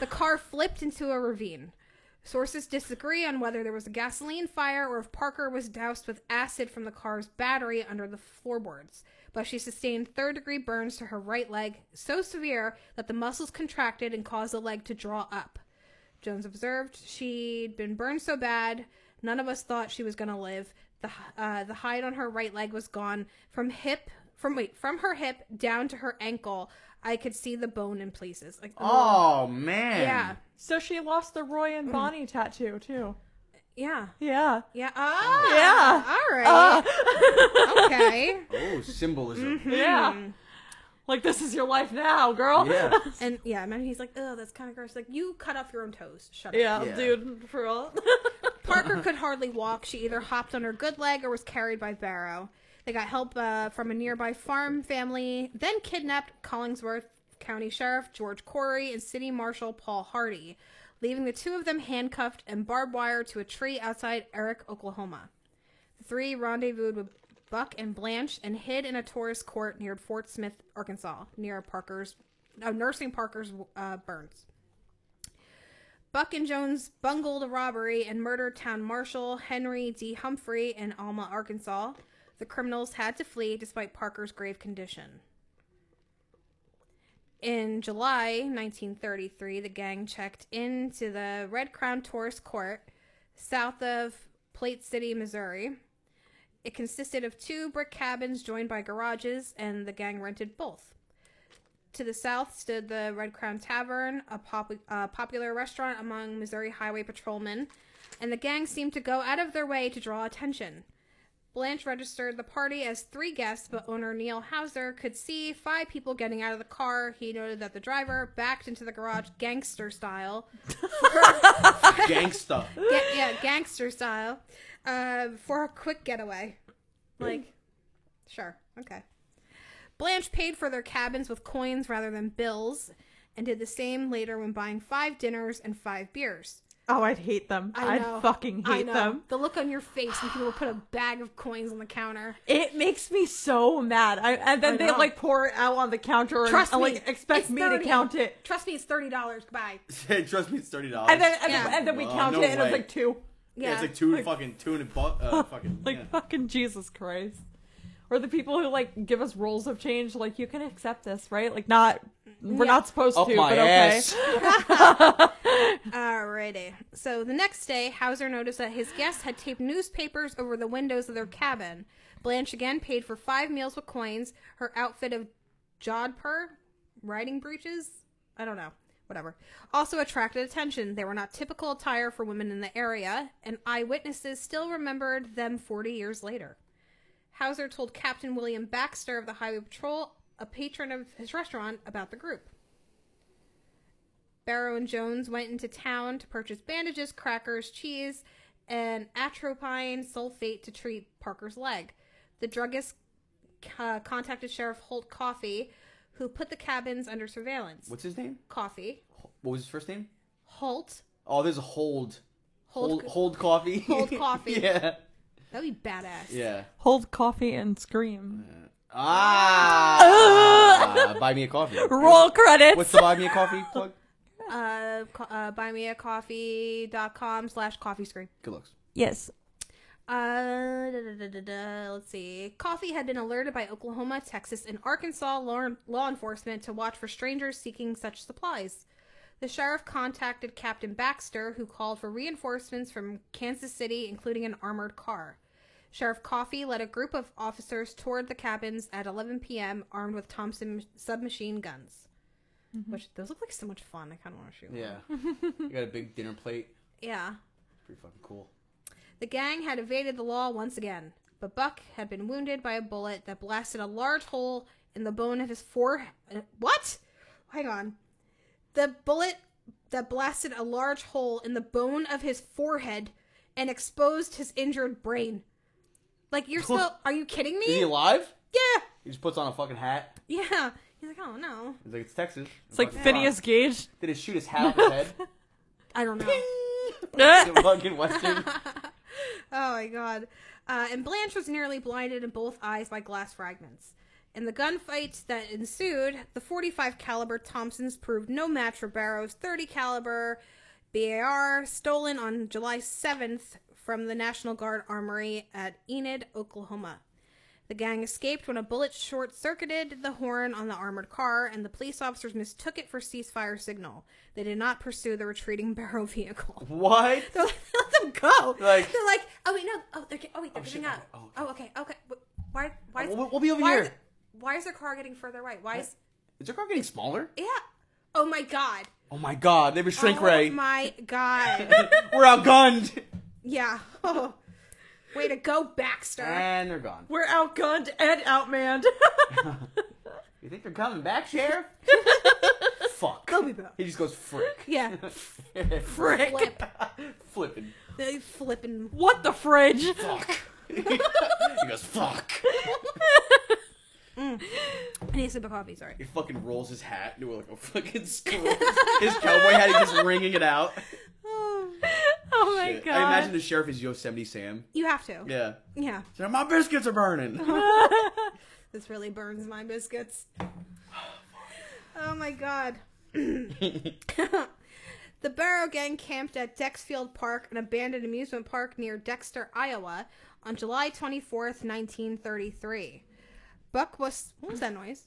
A: The car flipped into a ravine. Sources disagree on whether there was a gasoline fire or if Parker was doused with acid from the car's battery under the floorboards. But she sustained third degree burns to her right leg, so severe that the muscles contracted and caused the leg to draw up. Jones observed she'd been burned so bad, none of us thought she was going to live. The, uh, the hide on her right leg was gone from hip from wait from her hip down to her ankle. I could see the bone in places. Like
C: Oh man.
A: yeah,
B: So she lost the Roy and Bonnie tattoo too.
A: yeah,
B: Yeah.
A: yeah. Ah,
B: Yeah.
A: All right.
B: Ah.
A: Okay.
C: Oh, symbolism.
B: yeah. Hmm. Like this is your life now,
A: Mm-hmm. [laughs]
B: girl.
C: Yeah.
A: And yeah, I mean, he's like, oh, that's kind of gross. Like you cut off your own toes. Shut up.
B: [laughs] Yeah,
C: Yeah.
B: dude, for real. [laughs]
A: Parker could hardly walk. She either hopped on her good leg or was carried by Barrow. They got help uh, from a nearby farm family, then kidnapped Collingsworth County Sheriff George Corey and City Marshal Paul Hardy, leaving the two of them handcuffed and barbed wire to a tree outside Eric, Oklahoma. The three rendezvoused with Buck and Blanche and hid in a tourist court near Fort Smith, Arkansas, near Parker's, uh, nursing Parker's uh, burns. Buck and Jones bungled a robbery and murdered town marshal Henry D. Humphrey in Alma, Arkansas. The criminals had to flee despite Parker's grave condition. In July 1933, the gang checked into the Red Crown Tourist Court south of Plate City, Missouri. It consisted of two brick cabins joined by garages, and the gang rented both. To the south stood the Red Crown Tavern, a pop- uh, popular restaurant among Missouri Highway patrolmen, and the gang seemed to go out of their way to draw attention. Blanche registered the party as three guests, but owner Neil Hauser could see five people getting out of the car. He noted that the driver backed into the garage gangster style.
C: Gangsta.
A: Ga- yeah, gangster style. Uh, for a quick getaway. Like, sure, okay. Blanche paid for their cabins with coins rather than bills, and did the same later when buying five dinners and five beers.
B: oh, I'd hate them.
A: I
B: I'd
A: know,
B: fucking
A: I
B: hate
A: know.
B: them.
A: The look on your face when people put a bag of coins on the counter.
B: It makes me so mad. I, and then
A: I
B: they
A: know.
B: like pour it out on the counter and,
A: Trust
B: and,
A: me,
B: like expect
A: it's
B: me
A: 30.
B: to count it.
A: Trust me, it's thirty dollars. Goodbye.
C: [laughs] Trust me, it's thirty dollars.
B: And then and,
A: Yeah.
B: and then we
C: Well,
B: count
C: no
B: it and it's
C: way.
B: like two.
A: Yeah.
E: it's like two fucking two and a bu- uh, fucking
B: Like
E: yeah.
B: fucking Jesus Christ. Or the people who like give us rules of change, like you can accept this, right? Like not we're
A: Yeah.
B: not supposed
C: Up
B: to,
C: my
B: but okay. [laughs]
C: ass.
A: Alrighty. So the next day, Hauser noticed that his guests had taped newspapers over the windows of their cabin. Blanche again paid for five meals with coins, her outfit of jodhpur, riding breeches. I don't know. Whatever. Also attracted attention. They were not typical attire for women in the area, and eyewitnesses still remembered them 40 years later. Hauser told Captain William Baxter of the Highway Patrol, a patron of his restaurant, about the group. Barrow and Jones went into town to purchase bandages, crackers, cheese, and atropine sulfate to treat Parker's leg. The druggist uh, contacted Sheriff Holt Coffee, who put the cabins under surveillance.
C: What's his name?
A: Coffee.
C: What was his first name?
A: Holt.
C: Oh, there's a hold.
A: Hold-
C: Hold, hold, coffee. [laughs]
A: Hold coffee.
C: yeah.
A: That'd be badass.
C: Yeah.
B: Hold coffee and scream.
C: Ah. buy me a coffee.
B: Roll credits.
C: What's the buy me a coffee plug?
A: Uh, co- uh, buymeacoffee.com slash coffee screen.
C: Good looks.
B: yes.
A: Uh, da, da, da, da, da. let's see. Coffee had been alerted by Oklahoma, Texas, and Arkansas law, law enforcement to watch for strangers seeking such supplies. The sheriff contacted Captain Baxter, who called for reinforcements from Kansas City, including an armored car. Sheriff Coffee led a group of officers toward the cabins at 11 p.m., armed with Thompson submachine guns. Which those look like so much fun. I kind of want to shoot. one.
C: Yeah. you got a big dinner plate.
A: yeah.
C: Pretty fucking cool.
A: The gang had evaded the law once again, but Buck had been wounded by a bullet that blasted a large hole in the bone of his forehead. What? Hang on. The bullet that blasted a large hole in the bone of his forehead and exposed his injured brain. Like you're still? Are you kidding
C: Is he
A: me?
C: alive?
A: Yeah,
C: He just puts on a fucking hat.
A: yeah. He's like, oh no,
C: He's like, it's Texas.
B: It's like Phineas
C: [laughs]
B: Gage. [laughs]
C: Did it shoot his hat off his head?
A: I don't know.
B: Eh.
C: The fucking Western.
A: Oh my god. Uh, and Blanche was nearly blinded in both eyes by glass fragments. In the gunfight that ensued, the 45 caliber Thompsons proved no match for Barrow's 30 caliber BAR stolen on July 7th from the National Guard armory at Enid, Oklahoma. The gang escaped when a bullet short circuited the horn on the armored car, and the police officers mistook it for ceasefire signal. They did not pursue the retreating [laughs] Barrow vehicle.
C: what?
A: [laughs] They're like, let them go.
C: Like-
A: they're like, oh wait, no, oh they're, ge- oh wait, they're giving
C: shit.
A: up.
C: Oh,
A: Oh okay, okay. Wh- Why? Why?
C: We'll- we'll be over
A: why
C: here.
A: Is, why is their car getting further away? Why is?
C: Is your car getting smaller?
A: Yeah. Oh my god.
C: Oh my god, they were shrink
A: oh
C: ray.
A: my god.
C: [laughs] We're outgunned.
A: yeah. Oh. Way to go, Baxter.
C: And they're gone.
B: We're outgunned and outmanned. [laughs]
C: You think they're coming back, Sheriff? [laughs] Fuck.
A: Go, Bebo.
C: He just goes [laughs] frick.
A: Yeah.
B: Frick.
A: Flip.
C: Flipping.
A: they flipping.
B: What the
C: [laughs]
B: fridge? [laughs]
C: Fuck. he goes, fuck.
A: I
B: Oh
A: need a sip of coffee.
C: [laughs]
A: Sorry.
C: He fucking rolls his hat into like a fucking scroll. his cowboy hat, he just wringing
A: [laughs]
C: it out.
A: Oh.
B: Oh my
C: Shit.
B: god.
C: I imagine the sheriff is Yosemite Sam.
A: You have to.
C: Yeah.
A: yeah.
C: He's like, My biscuits are burning.
A: This really burns my biscuits. Oh my god. the Barrow Gang camped at Dexfield Park, an abandoned amusement park near Dexter, Iowa, on July 24th, 1933. Buck was. What was that noise?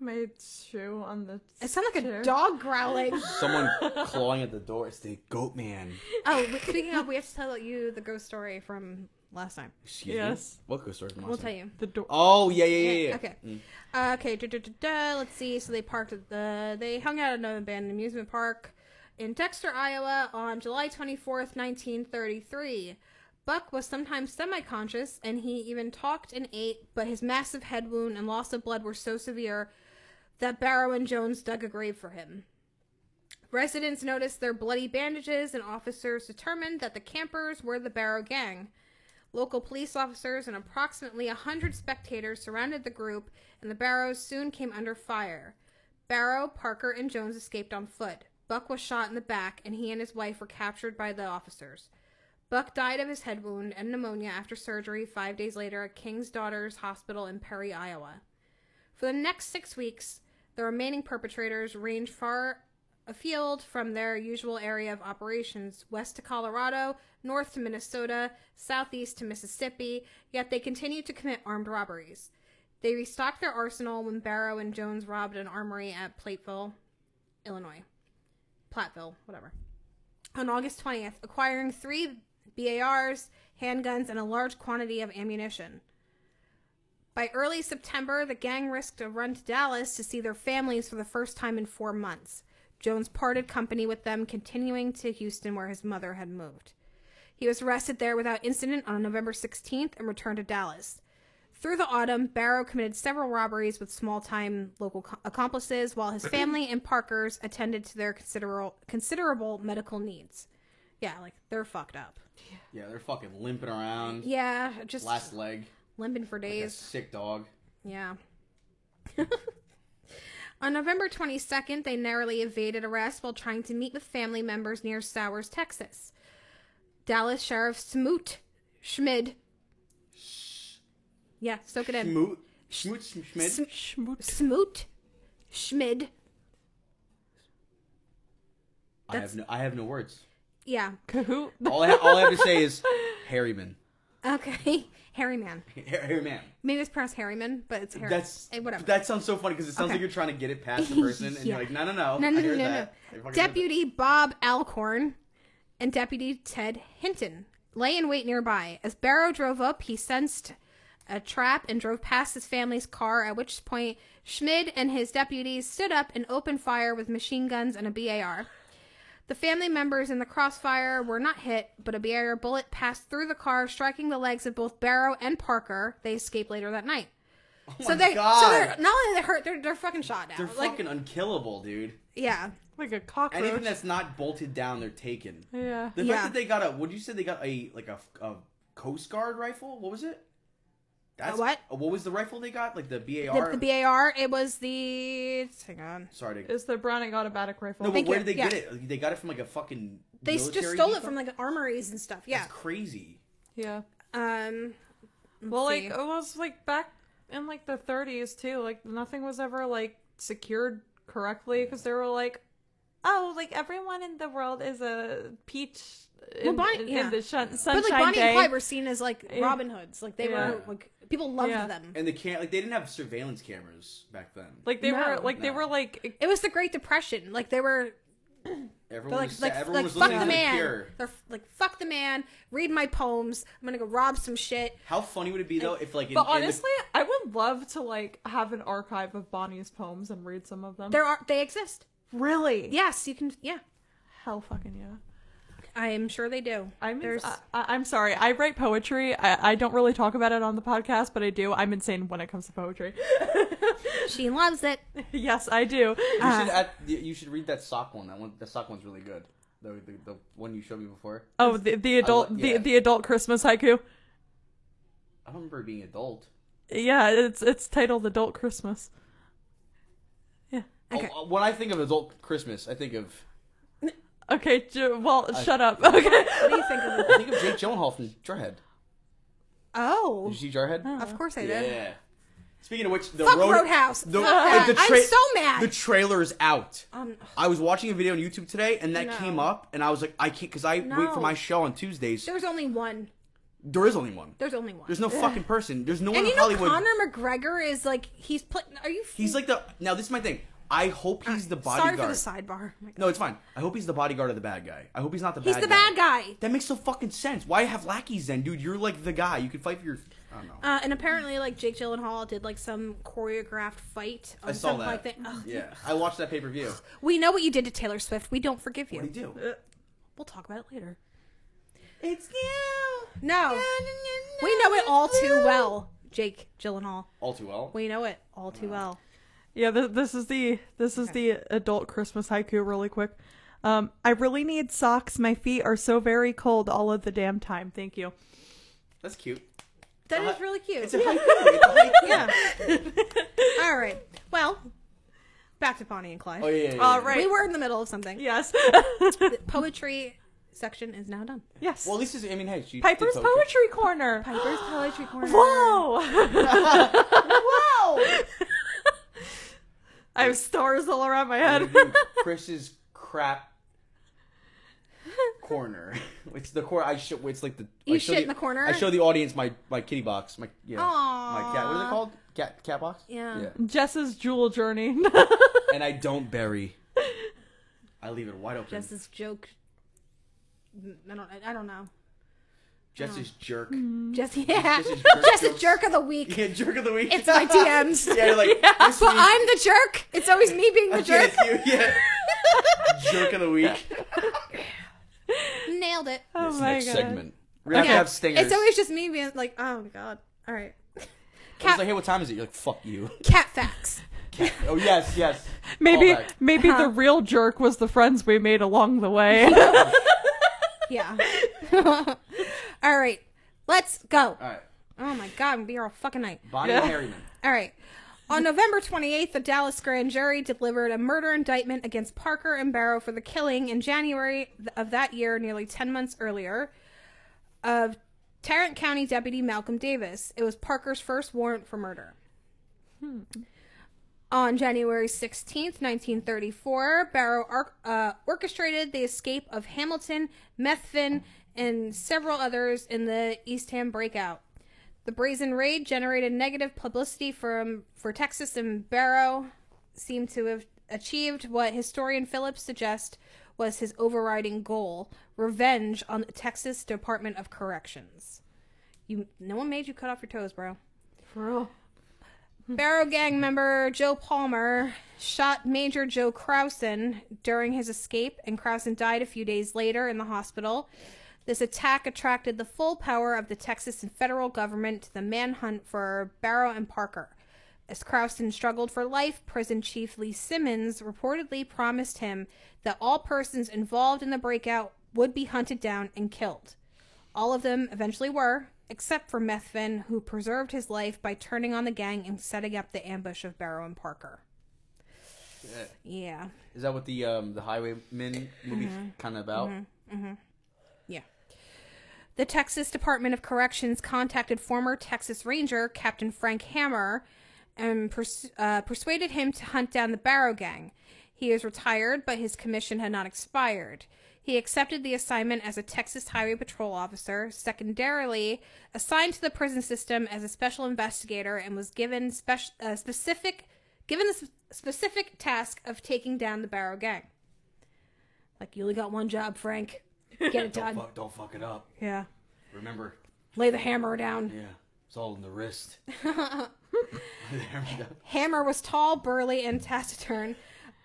B: my shoe on the
A: It sounded like
B: chair.
A: a dog growling.
C: Someone clawing at the door. It's the goat man.
A: oh, we- speaking of, we have to tell you the ghost story from last time.
C: Excuse
B: Yes.
C: me. What ghost story? am I
A: We'll
C: saying?
A: tell you. [laughs]
B: The door.
C: Oh yeah, yeah, yeah, Mm. yeah.
A: Okay. Uh, okay. duh, duh, duh, duh. Let's see. So they parked at the. They hung out at an abandoned amusement park in Dexter, Iowa, on July twenty fourth, nineteen thirty three. Buck was sometimes semi conscious, and he even talked and ate, but his massive head wound and loss of blood were so severe that Barrow and Jones dug a grave for him. Residents noticed their bloody bandages, and officers determined that the campers were the Barrow gang. Local police officers and approximately 100 spectators surrounded the group, and the Barrows soon came under fire. Barrow, Parker, and Jones escaped on foot. Buck was shot in the back, and he and his wife were captured by the officers. Buck died of his head wound and pneumonia after surgery five days later at King's Daughters Hospital in Perry, Iowa. For the next six weeks, the remaining perpetrators ranged far afield from their usual area of operations west to Colorado, north to Minnesota, southeast to Mississippi, yet they continued to commit armed robberies. They restocked their arsenal when Barrow and Jones robbed an armory at Platteville, Illinois. Platteville, whatever. On August 20th, acquiring three BARs, handguns, and a large quantity of ammunition. By early September, the gang risked a run to Dallas to see their families for the first time in four months. Jones parted company with them, continuing to Houston, where his mother had moved. He was arrested there without incident on November 16th and returned to Dallas. Through the autumn, Barrow committed several robberies with small time local co- accomplices, while his family and Parker's attended to their considerable, considerable medical needs. Yeah, like they're fucked up.
C: Yeah, they're fucking limping around.
A: Yeah, just
C: Last leg.
A: limping for
C: Like a
A: days.
C: sick dog.
A: Yeah. [laughs] On November 22nd, they narrowly evaded arrest while trying to meet with family members near Sowers, Texas. Dallas Sheriff Smoot Schmid. Yeah, soak it in.
C: Schmoot. Schmoot Schmid.
A: Sm-
B: Schmoot.
A: Smoot Schmid.
C: I have no I have no words.
A: Yeah.
B: Kahoot.
C: All I, ha- all I have to say
A: [laughs]
C: is Harryman.
A: Okay. [laughs] Harryman.
C: Harryman.
A: Maybe it's pronounced Harryman, but it's Harry.
C: That's
A: eh, whatever.
C: That sounds so funny because it sounds
A: Okay.
C: like you're trying to get it
A: [laughs]
C: past the person, and
A: Yeah.
C: you're like, no, no, no,
A: No, no,
C: I
A: no,
C: heard
A: no,
C: that. I
A: no.
C: fucking heard that.
A: Deputy Bob Alcorn and Deputy Ted Hinton lay in wait nearby. As Barrow drove up, he sensed a trap and drove past his family's car, at which point Schmid and his deputies stood up and opened fire with machine guns and a BAR. The family members in the crossfire were not hit, but a BAR bullet passed through the car, striking the legs of both Barrow and Parker. They escaped later that night. so they, so
C: Oh God.
A: they're not only they're hurt, they're, they're fucking shot now.
C: They're
A: like,
C: fucking unkillable, dude.
A: yeah.
B: Like a cockroach.
C: Anything that's not bolted down, they're taken.
B: yeah.
C: The
A: Yeah.
C: fact that they got a, what you say they got a like a, a Coast Guard rifle? What was it? That's,
A: what?
C: What was the rifle they got? Like the BAR?
A: the, the BAR. It was the hang on.
C: Sorry. To,
B: Is the Browning automatic rifle?
C: no, but
A: Thank
C: where
A: you.
C: did they
A: Yeah.
C: get it? They got it from like a fucking.
A: They s- just
C: military
A: stole it
C: depot?
A: from like armories and stuff. Yeah.
C: That's crazy.
B: yeah.
A: Um.
B: Well, like
A: see.
B: it was like back in like the 30s too. Like nothing was ever like secured correctly because they were like, oh, like everyone in the world is a peach in,
A: Bon-
B: in-
A: yeah.
B: in the shun- sunshine
A: But like Bonnie
B: day.
A: and Clyde were seen as like Robin Hoods. Like they
B: Yeah.
A: were like people loved
B: Yeah.
A: them.
C: And they can't like they didn't have surveillance cameras back then.
B: like they were
A: No,
B: like they
C: no.
B: were like
A: It was the Great Depression. Like they were
C: everyone
A: they're like
C: was,
A: like,
C: everyone
A: like
C: was
A: fuck
C: listening
A: the
C: to the
A: man.
C: Cure.
A: They're f- like fuck the man. Read my poems. I'm gonna go rob some shit.
C: How funny would it be though if like in,
B: But
C: in the-
B: honestly, I would love to like have an archive of Bonnie's poems and read some of them.
A: There are they exist.
B: really?
A: Yes, you can. Yeah,
B: Hell fucking yeah.
A: I am sure they do.
B: I'm ins-
A: There's-
B: I, I- I'm sorry. I write poetry. I, I don't really talk about it on the podcast, but I do. I'm insane when it comes to poetry. [laughs]
A: She loves it.
B: yes, I do.
C: you
A: uh,
C: should add, you should read that sock one. That one the sock one's really good. The, the, the one you showed me before.
B: Oh, the, the adult
C: lo- yeah.
B: the the adult Christmas haiku.
C: I don't remember it being adult.
B: Yeah, it's it's titled Adult Christmas.
A: Okay.
C: Oh, uh, when I think of adult Christmas, I think of
B: Okay, ju- well, shut
C: [laughs]
B: up. Okay.
A: What do you think of it?
C: I think of Jake Gyllenhaal from Jarhead.
A: Oh,
C: Did you see Jarhead?
A: of course I did.
C: Yeah. Speaking of which, the
A: Fuck
C: road,
A: Roadhouse.
C: the-
A: Fuck that.
C: the
A: I'm so mad.
C: The trailer is out.
A: Um,
C: I was watching a video on YouTube today, and that
A: No.
C: came up, and I was like, I can't because I wait
A: No.
C: for my show on Tuesdays.
A: There's only one.
C: there is only one.
A: There's only one.
C: There's no fucking person. There's no one
A: and you
C: in
A: know
C: Hollywood.
A: Conor McGregor is like he's playing. Are you?
C: He's like the now. This is my thing. I hope he's the
A: Uh, Sorry
C: bodyguard.
A: for the sidebar. Oh my God.
C: No, it's fine. I hope he's the bodyguard of the bad guy. I hope he's not the
A: he's
C: bad
A: the
C: guy.
A: bad guy.
C: That makes no fucking sense. Why have lackeys then, dude? You're like the guy. You can fight for your. I don't know.
A: Uh, and apparently, like Jake Gyllenhaal did like some choreographed fight. Or
C: I saw
A: something
C: that.
A: Like that. Ugh.
C: yeah, I watched that pay per view.
A: We know what you did to Taylor Swift. We don't forgive
C: What do
A: you.
C: you do?
A: We'll talk about it later.
C: It's you.
A: No, we know it all too well, Jake Gyllenhaal.
C: All too well.
A: We know it all too well.
B: Yeah, th- this is the this is the adult Christmas haiku really quick. Um, I really need socks. My feet are so very cold all of the damn time. Thank you.
C: That's cute.
A: That is
C: Uh,
A: really cute.
C: It's a haiku. It's a
A: [laughs]
C: haiku. [laughs]
A: yeah. all right. Well, back to Bonnie and Clyde.
C: Oh yeah. yeah, yeah,
B: All
C: yeah.
B: right.
A: We were in the middle of something.
B: Yes. [laughs]
A: The [laughs] poetry section is now done.
B: yes.
C: Well, this is. I mean, hey, she did
B: Piper's
C: poetry.
B: poetry corner.
A: Piper's poetry corner. [laughs]
B: Whoa!
C: Wow.
B: I have stars all around my
C: I'm
B: head.
C: gonna do Chris's crap corner. [laughs] It's the corner. I show. It's like the
A: You
C: I show
A: shit in the corner?
C: I show the audience my my kitty box. My yeah.
A: Aw.
C: My cat. What are they called? Cat cat box.
A: Yeah.
B: Jess's jewel
A: [laughs]
B: journey.
C: And I don't bury.
E: I leave it wide open.
A: Just this joke. I don't. I don't know.
C: Jess's jerk. [laughs]
A: [laughs] Just yeah.
C: Just a Mm. jerk
A: Just a
C: jokes.
A: jerk of the week.
E: Yeah, jerk of the week.
A: It's my DMs.
C: [laughs] Yeah,
A: [laughs]
C: you're like [laughs] this
A: But
C: week-
A: I'm the jerk. It's always me being the
C: [laughs] Yeah,
A: jerk.
C: it's you, yeah.
E: jerk of the week.
A: [laughs] Nailed it.
B: oh
C: This
B: my
C: next
B: god.
C: segment. We're gonna
A: Yeah.
C: have to have stingers.
A: It's always just me being like, oh my god. All right.
C: I was
A: Cat,
C: like, hey, what time is it? You're like, fuck
A: [laughs]
C: you.
A: cat facts.
C: Oh
A: [laughs]
C: yes, yes.
B: Maybe
C: Callback.
B: maybe the real jerk was the friends we made along the way.
A: [laughs]
C: [laughs]
A: Yeah. [laughs] all right. Let's go.
C: All right.
A: Oh my god, I'm be here all fucking night.
C: Bonnie
B: Yeah.
C: Harriman.
A: All right. On November 28th, the Dallas grand jury delivered a murder indictment against Parker and Barrow for the killing in January th- of that year, nearly 10 months earlier, of Tarrant County Deputy Malcolm Davis. It was Parker's first warrant for murder. On January 16th, 1934, Barrow ar- uh, orchestrated the escape of Hamilton, Methvin, and several others in the Eastham breakout. The brazen raid generated negative publicity from for Texas and Barrow seemed to have achieved what historian Phillips suggests was his overriding goal, revenge on the Texas Department of Corrections. You no one made you cut off your toes, bro.
B: [laughs]
A: Barrow gang member Joe Palmer shot Major Joe Crowson during his escape, and Crowson died a few days later in the hospital. This attack attracted the full power of the Texas and federal government to the manhunt for Barrow and Parker. As Crowson struggled for life, prison chief Lee Simmons reportedly promised him that all persons involved in the breakout would be hunted down and killed. All of them eventually were, except for Methvin, who preserved his life by turning on the gang and setting up the ambush of Barrow and Parker. Yeah.
C: Is that what the um the Highwaymen movie's
A: Mm-hmm.
C: kind of about?
A: Yeah. The Texas Department of Corrections contacted former Texas Ranger Captain Frank Hammer and pers- uh, persuaded him to hunt down the Barrow Gang. He is retired, but his commission had not expired. He accepted the assignment as a Texas Highway Patrol officer, secondarily assigned to the prison system as a special investigator, and was given spec- uh, specific given the s- specific task of taking down the Barrow Gang. Like you only got one job, Frank. Get it done.
C: Fuck, [laughs] don't fuck it up.
A: Yeah.
C: Remember,
A: Lay the hammer down.
C: yeah, it's all in the
A: [laughs]
C: wrist.
A: Hammer was tall, burly, and taciturn.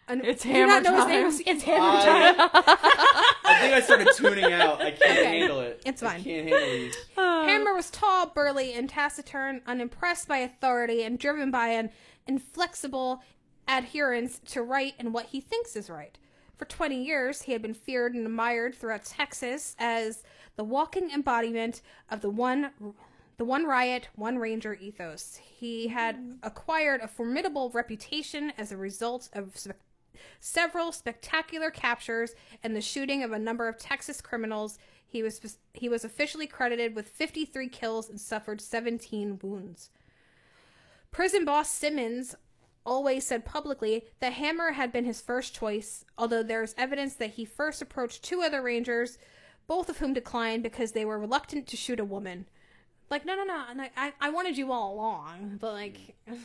A: And
B: It's
A: do you not know
B: hammer
A: his
B: time.
A: name? It's- It's hammer time.
C: I, I think I started tuning out. I can't
A: Okay.
C: handle it.
A: It's
C: I
A: fine.
C: can't
A: [laughs]
C: handle these.
A: Hammer was tall, burly, and taciturn, unimpressed by authority, and driven by an inflexible adherence to right and what he thinks is right. For 20 years, he had been feared and admired throughout Texas as the walking embodiment of the one. The one riot, one ranger ethos. He had acquired a formidable reputation as a result of spe- several spectacular captures and the shooting of a number of Texas criminals. He was he was officially credited with 53 kills and suffered 17 wounds. Prison boss Simmons always said publicly that Hammer had been his first choice, although there is evidence that he first approached two other rangers, both of whom declined because they were reluctant to shoot a woman. Like, no, no, no, and I, I, I wanted you all along, but like,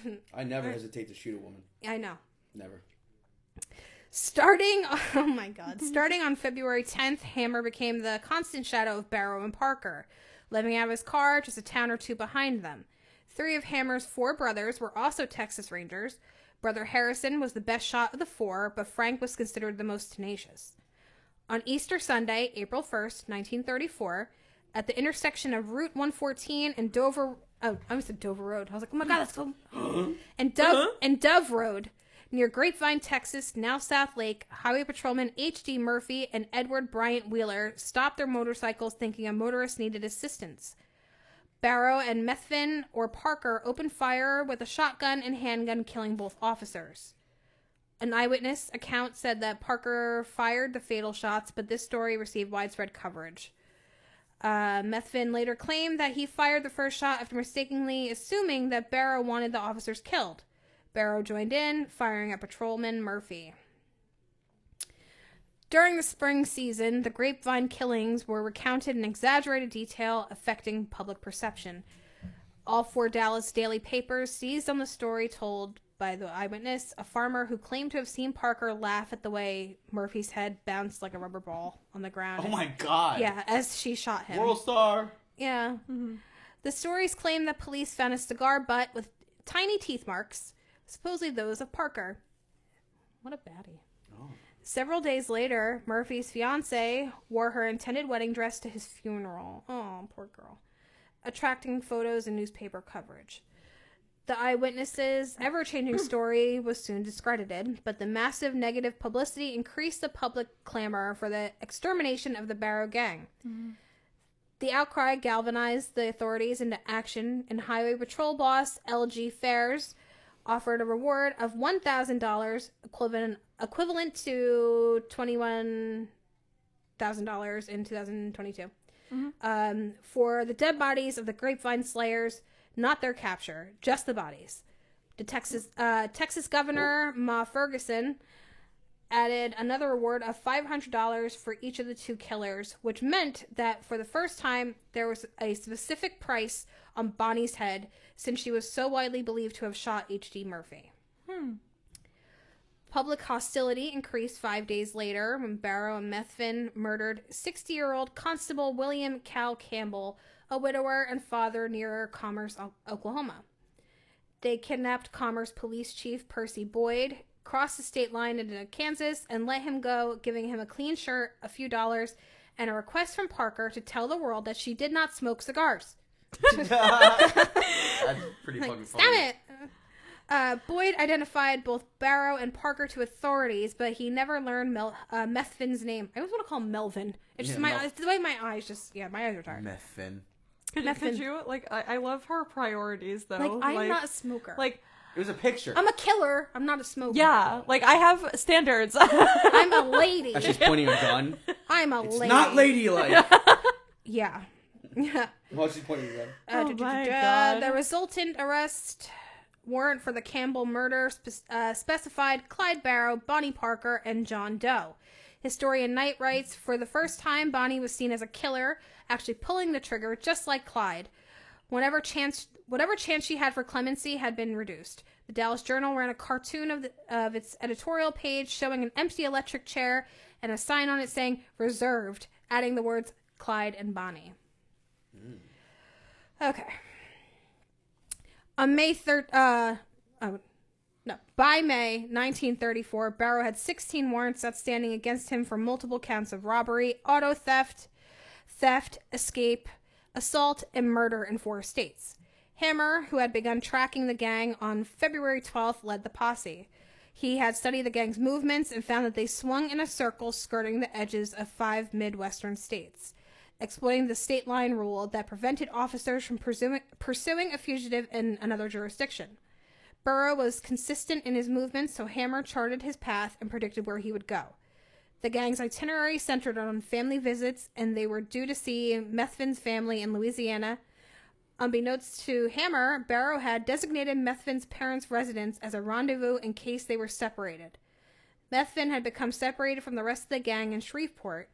A: [laughs]
C: I never hesitate to shoot a woman.
A: I know.
C: Never.
A: Starting, [laughs] oh my god, starting on February 10th, Hammer became the constant shadow of Barrow and Parker, living out of his car just a town or two behind them. Three of Hammer's four brothers were also Texas Rangers. Brother Harrison was the best shot of the four, but Frank was considered the most tenacious. On Easter Sunday, April 1st, 1934, at the intersection of Route 114 and Dover, oh, I almost said Dover Road. I was like, oh my god, that's so and Dove and Dove Road near Grapevine, Texas, now South Lake. Highway patrolman H.D. Murphy and Edward Bryant Wheeler stopped their motorcycles, thinking a motorist needed assistance. Barrow and Methvin or Parker opened fire with a shotgun and handgun, killing both officers. An eyewitness account said that Parker fired the fatal shots, but this story received widespread coverage. Uh, Methvin later claimed that he fired the first shot after mistakenly assuming that Barrow wanted the officers killed. Barrow joined in, firing at patrolman Murphy. During the spring season, the grapevine killings were recounted in exaggerated detail, affecting public perception. All four Dallas daily papers seized on the story told by the eyewitness, a farmer who claimed to have seen Parker laugh at the way Murphy's head bounced like a rubber ball on the ground.
E: Oh my god.
A: Yeah, as she shot him.
E: World
A: [laughs]
E: star.
A: Yeah. The stories claim that police found a cigar butt with tiny teeth marks, supposedly those of Parker. What a baddie. Several days later, Murphy's fiancee wore her intended wedding dress to his funeral. Oh, poor girl. Attracting photos and newspaper coverage. The eyewitnesses' ever changing story was soon discredited, but the massive negative publicity increased the public clamor for the extermination of the Barrow Gang. The outcry galvanized the authorities into action, and Highway Patrol boss L.G. Fairs offered a reward of one thousand dollars, equivalent equivalent to twenty one thousand dollars in two um, for the dead bodies of the Grapevine Slayers, not their capture, just the bodies. The Texas uh, Texas Governor Ma Ferguson added another reward of $500 for each of the two killers, which meant that for the first time, there was a specific price on Bonnie's head since she was so widely believed to have shot H.D. Murphy. Public hostility increased five days later when Barrow and Methvin murdered 60 year old Constable William Cal Campbell, a widower and father near Commerce, O- Oklahoma. They kidnapped Commerce Police Chief Percy Boyd, crossed the state line into Kansas, and let him go, giving him a clean shirt, a few dollars, and a request from Parker to tell the world that she did not smoke cigars.
C: That's pretty fucking
A: Stop it! Uh, Boyd identified both Barrow and Parker to authorities, but he never learned Mel- uh, Methvin's name. I always want to call him Melvin. It's just
C: Yeah,
A: my
C: Mel-
A: it's the way my eyes just yeah my eyes are tired.
C: Methvin.
B: Could, could you like? I, I love her priorities though.
A: Like I'm not a smoker.
B: like
C: It was a picture.
A: I'm a killer. I'm not a smoker.
B: yeah. Like I have
A: [laughs]
B: standards.
A: I'm a lady.
C: She's pointing a
A: [laughs]
C: gun.
A: I'm a lady. [laughs]
C: Not ladylike.
A: Yeah. [laughs] Yeah.
C: well, she's pointing a gun.
A: Uh,
B: Oh
A: duh, duh,
B: my
A: duh, duh.
B: God.
A: The resultant arrest warrant for the Campbell murder spe- uh, specified Clyde Barrow, Bonnie Parker, and John Doe. Historian Knight writes For the first time, Bonnie was seen as a killer, actually pulling the trigger, just like Clyde. Whenever chance, whatever chance she had for clemency had been reduced. The Dallas Journal ran a cartoon of, the, of its editorial page showing an empty electric chair and a sign on it saying reserved, adding the words Clyde and Bonnie. Okay. On May third, uh, oh, no, by May 1934, Barrow had 16 warrants outstanding against him for multiple counts of robbery, auto theft, theft, escape, assault, and murder in four states. Hammer, who had begun tracking the gang on February 12th, led the posse. He had studied the gang's movements and found that they swung in a circle skirting the edges of five Midwestern states, exploiting the state line rule that prevented officers from presuming, pursuing a fugitive in another jurisdiction. Burrow was consistent in his movements, so Hammer charted his path and predicted where he would go. The gang's itinerary centered on family visits, and they were due to see Methvin's family in Louisiana. Unbeknownst to Hammer, Barrow had designated Methvin's parents' residence as a rendezvous in case they were separated. Methvin had become separated from the rest of the gang in Shreveport.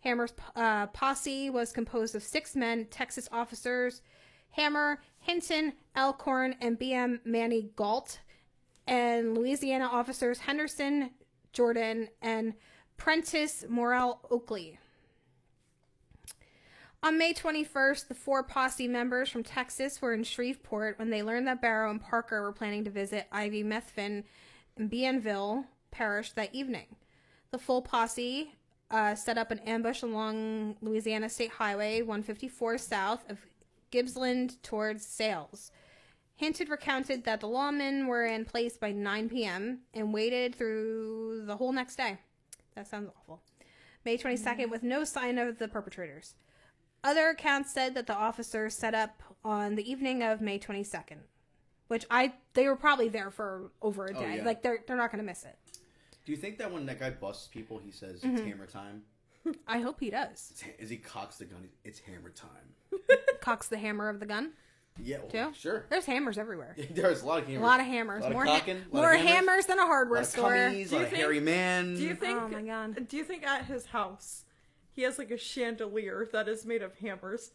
A: Hammer's uh, posse was composed of six men, Texas officers Hammer, Hinton, Elkhorn, and B.M. Manny Galt, and Louisiana officers Henderson, Jordan, and Prentice Morrell Oakley. On May 21st, the four posse members from Texas were in Shreveport when they learned that Barrow and Parker were planning to visit Ivy Methvin in Bienville Parish that evening. The full posse uh, set up an ambush along Louisiana State Highway 154 south of Gibbsland towards Sales. Hinted recounted that the lawmen were in place by 9 p.m. and waited through the whole next day. That sounds awful. May 22nd, with no sign of the perpetrators. Other accounts said that the officers set up on the evening of May 22nd, which I they were probably there for over a day.
E: yeah.
A: Like they're they're not going to miss it.
E: Do you think that when that guy busts people, he says
A: Mm-hmm.
E: it's hammer time?
A: I hope he does.
E: It's ha- As he cocks the gun, it's hammer time.
A: Cocks the hammer of the gun.
E: Yeah, well,
A: Too?
E: sure. [laughs]
A: There's hammers everywhere.
E: There's a lot of
A: A
E: hammers.
A: lot of hammers.
E: lot of
A: more
E: cocking, a lot of
A: more hammers.
E: hammers.
A: than a
E: A
A: hardware
E: lot of
A: store.
E: cummies, a
B: Do
E: lot
B: you
E: of
B: think-
E: hairy man.
B: Do you think?
A: Oh my God.
B: Do you think at his house he has like a chandelier that is made of hammers?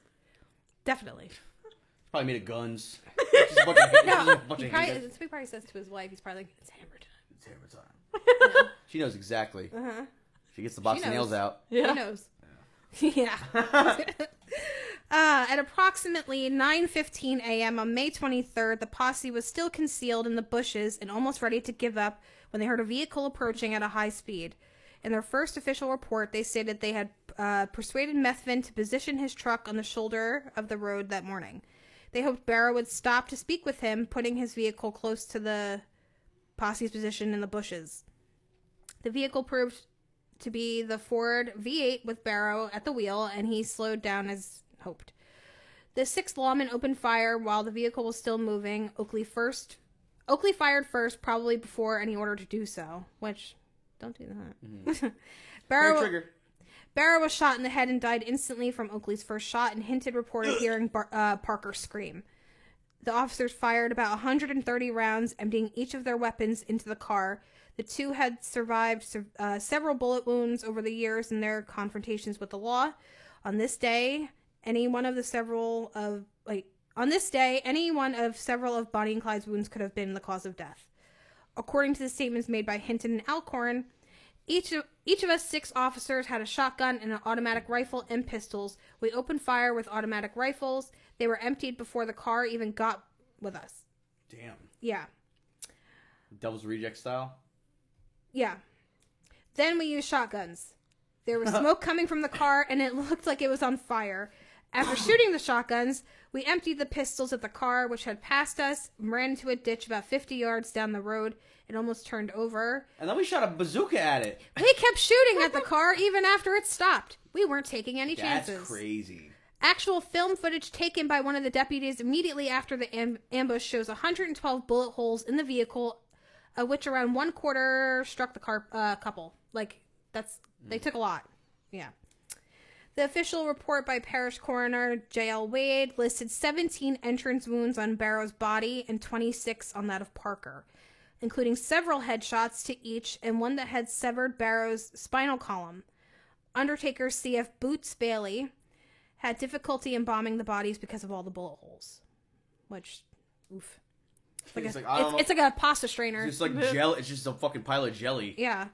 A: Definitely.
E: Probably made of
A: [laughs]
E: guns. Just a bunch of, just [laughs]
A: No,
E: a [laughs] bunch
A: he
E: of
A: probably,
E: hammers.
A: it's- he probably says to his wife, he's probably like, it's hammered.
E: It's hammer time.
A: [laughs]
E: She knows exactly. She gets the box of
A: Uh-huh. She knows.
E: nails out.
A: Who knows? Yeah. [laughs] uh, at approximately 9:15 a.m. on May 23rd, the posse was still concealed in the bushes and almost ready to give up when they heard a vehicle approaching at a high speed. In their first official report, they stated they had uh, persuaded Methvin to position his truck on the shoulder of the road that morning. They hoped Barrow would stop to speak with him, putting his vehicle close to the posse's position in the bushes. The vehicle proved to be the Ford V8 with Barrow at the wheel, and he slowed down as hoped. The sixth lawman opened fire while the vehicle was still moving. Oakley first, Oakley fired first, probably before any order to do so. Which, don't do [laughs] that. Barrow,
E: Trigger.
A: Barrow was shot in the head and died instantly from Oakley's first shot, and hinted reported hearing Bar- uh, Parker scream. The officers fired about 130 rounds, emptying each of their weapons into the car. The two had survived sur- uh, several bullet wounds over the years in their confrontations with the law. On this day, any one of the several of like on this day, any one of several of Bonnie and Clyde's wounds could have been the cause of death. According to the statements made by Hinton and Alcorn, each of, each of us six officers had a shotgun and an automatic rifle and pistols. We opened fire with automatic rifles. They were emptied before the car even got with us.
E: Damn.
A: Yeah.
E: Devil's Reject style.
A: Yeah. Then we used shotguns. There was smoke coming from the car and it looked like it was on fire. After shooting the shotguns, we emptied the pistols at the car, which had passed us, and ran into a ditch about 50 yards down the road. It almost turned over.
E: And then we shot a bazooka at it.
A: We kept shooting at the car even after it stopped. We weren't taking any chances.
E: That's crazy.
A: Actual film footage taken by one of the deputies immediately after the am- ambush shows 112 bullet holes in the vehicle, of which around one quarter struck the car- uh, couple. Like, that's, they took a lot. Yeah. The official report by Parish Coroner J.L. Wade listed 17 entrance wounds on Barrow's body and 26 on that of Parker, including several headshots to each and one that had severed Barrow's spinal column. Undertaker C.F. Boots Bailey had difficulty embalming the bodies because of all the bullet holes. Which, oof. It's like,
E: It's
A: a,
E: like, I don't
A: it's, it's like a pasta strainer.
E: It's like gel. It's just a fucking pile of jelly.
A: Yeah.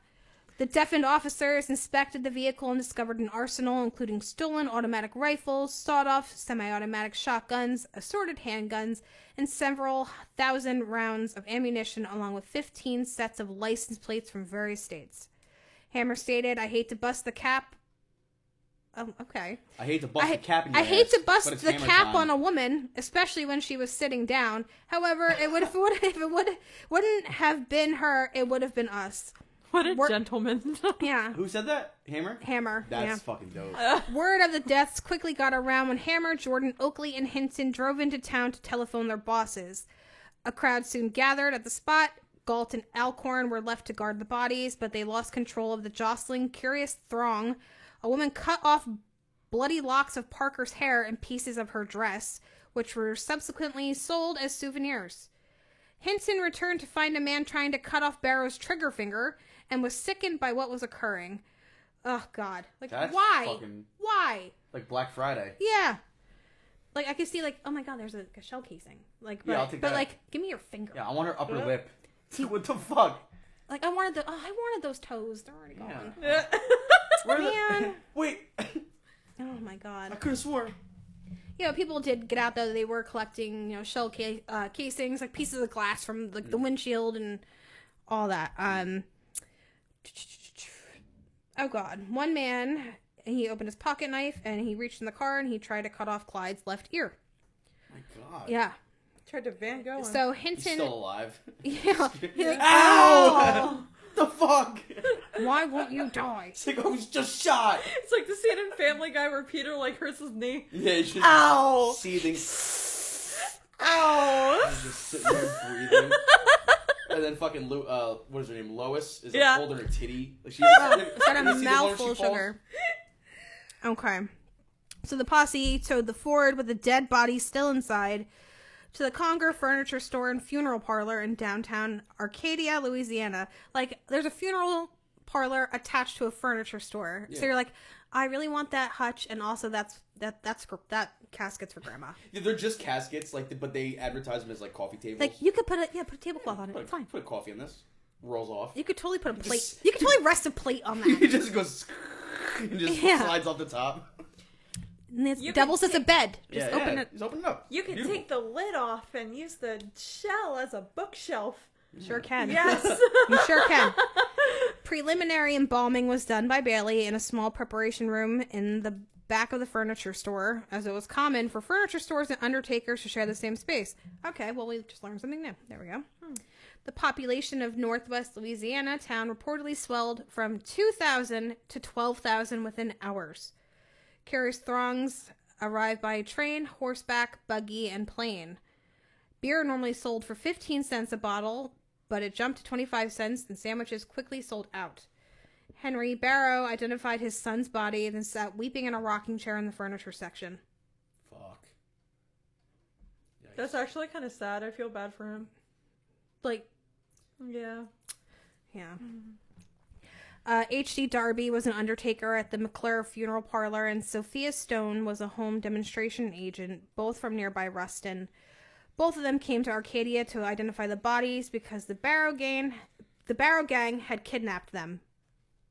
A: The deafened officers inspected the vehicle and discovered an arsenal, including stolen automatic rifles, sawed off semi automatic shotguns, assorted handguns, and several thousand rounds of ammunition, along with 15 sets of license plates from various states. Hammer stated, I hate to bust the cap. Oh, okay.
E: I hate to bust the cap in
A: I
E: your
A: hate
E: ass,
A: to
E: but it's
A: bust the
E: hammer
A: cap
E: time.
A: on a woman, especially when she was sitting down. However, it would [laughs] if it would if it would wouldn't have been her, it would have been us.
B: What a
A: We're-
B: gentleman! [laughs]
A: Yeah.
E: Who said that? Hammer.
A: Hammer.
E: That's
A: yeah.
E: fucking dope.
A: Word of the deaths quickly got around when Hammer, Jordan, Oakley, and Hinton drove into town to telephone their bosses. A crowd soon gathered at the spot. Galt and Alcorn were left to guard the bodies, but they lost control of the jostling, curious throng. A woman cut off bloody locks of Parker's hair and pieces of her dress, which were subsequently sold as souvenirs. Henson returned to find a man trying to cut off Barrow's trigger finger and was sickened by what was occurring. Oh God! Like
E: That's
A: why?
E: fucking-
A: Why?
E: Like Black Friday.
A: Yeah. Like I could see, like oh my God, there's a, a shell casing. Like, but,
E: Yeah, I'll take
A: but
E: that.
A: like, give me your finger.
E: Yeah, I want her upper lip. [laughs] what the fuck?
A: Like I wanted the, oh, I wanted those toes. They're already gone. [laughs]
E: Where
A: Man.
E: Wait,
A: [laughs]
E: I
A: Oh my God.
E: could have sworn.
A: You know, people did get out though. They were collecting, you know, shell ca- uh, casings, like pieces of glass from like the windshield and all that. Um. Oh God! One man, he opened his pocket knife and he reached in the car and he tried to cut off Clyde's left ear.
E: My God.
A: Yeah.
B: Tried to Van Gogh. him.
A: So
E: He's
A: Hinton.
E: still alive. [laughs]
A: [laughs] Yeah. He's like,
E: Ow! the fuck? [laughs]
A: Why won't you die?
E: It's like I was just shot.
B: [laughs] it's like the scene in Family Guy where Peter like hurts his knee.
E: Yeah, it's just
B: Ow!
E: seething.
B: Ow!
E: He's [laughs] just sitting there
A: [laughs]
E: breathing. And then fucking Lo- uh, what is her name? Lois is like
B: Yeah.
E: holding her titty.
A: [laughs]
E: Like she [laughs]
A: Got
E: You
A: a
E: see the
A: mouthful
E: one
A: of
E: she falls?
A: [laughs] sugar. Okay. So the posse towed the Ford with the dead body still inside. to the Conger Furniture Store and Funeral Parlor in downtown Arcadia, Louisiana. Like, there's a funeral parlor attached to a furniture store. So you're like, I really want that hutch, and also that's that that's gr- that casket's for grandma.
E: Yeah, they're just caskets, like, but they advertise them as like coffee tables.
A: Like, you could put a yeah, put a tablecloth on it.
E: put, a-
A: It's fine.
E: put a coffee in this. Rolls off.
A: You could totally put a plate. You could totally rest a plate on
E: [laughs] It
A: that.
E: just goes and just
A: Yeah.
E: slides off the top.
A: And it's
B: You could
A: doubles as a
B: take-
A: bed. Just
E: yeah,
A: open
E: yeah.
A: it.
E: Just open it up.
B: You can
E: Beautiful.
B: take the lid off and use the shell as a bookshelf.
A: Sure can.
B: [laughs] Yes.
A: You sure can. Preliminary embalming was done by Bailey in a small preparation room in the back of the furniture store, as it was common for furniture stores and undertakers to share the same space. Okay, well, we just learned something new. There we go. The population of Northwest Louisiana town reportedly swelled from 2,000 to 12,000 within hours. Curious throngs arrived by train, horseback, buggy, and plane. Beer normally sold for 15 cents a bottle, but it jumped to 25 cents and sandwiches quickly sold out. Henry Barrow identified his son's body and then sat weeping in a rocking chair in the furniture section.
E: Fuck. Yikes.
B: That's actually kind of sad. I feel bad for him.
A: Like,
B: Yeah.
A: yeah. Uh, H.D. Darby was an undertaker at the McClure Funeral Parlor, and Sophia Stone was a home demonstration agent, both from nearby Ruston. Both of them came to Arcadia to identify the bodies because the Barrow gang, the Barrow gang had kidnapped them.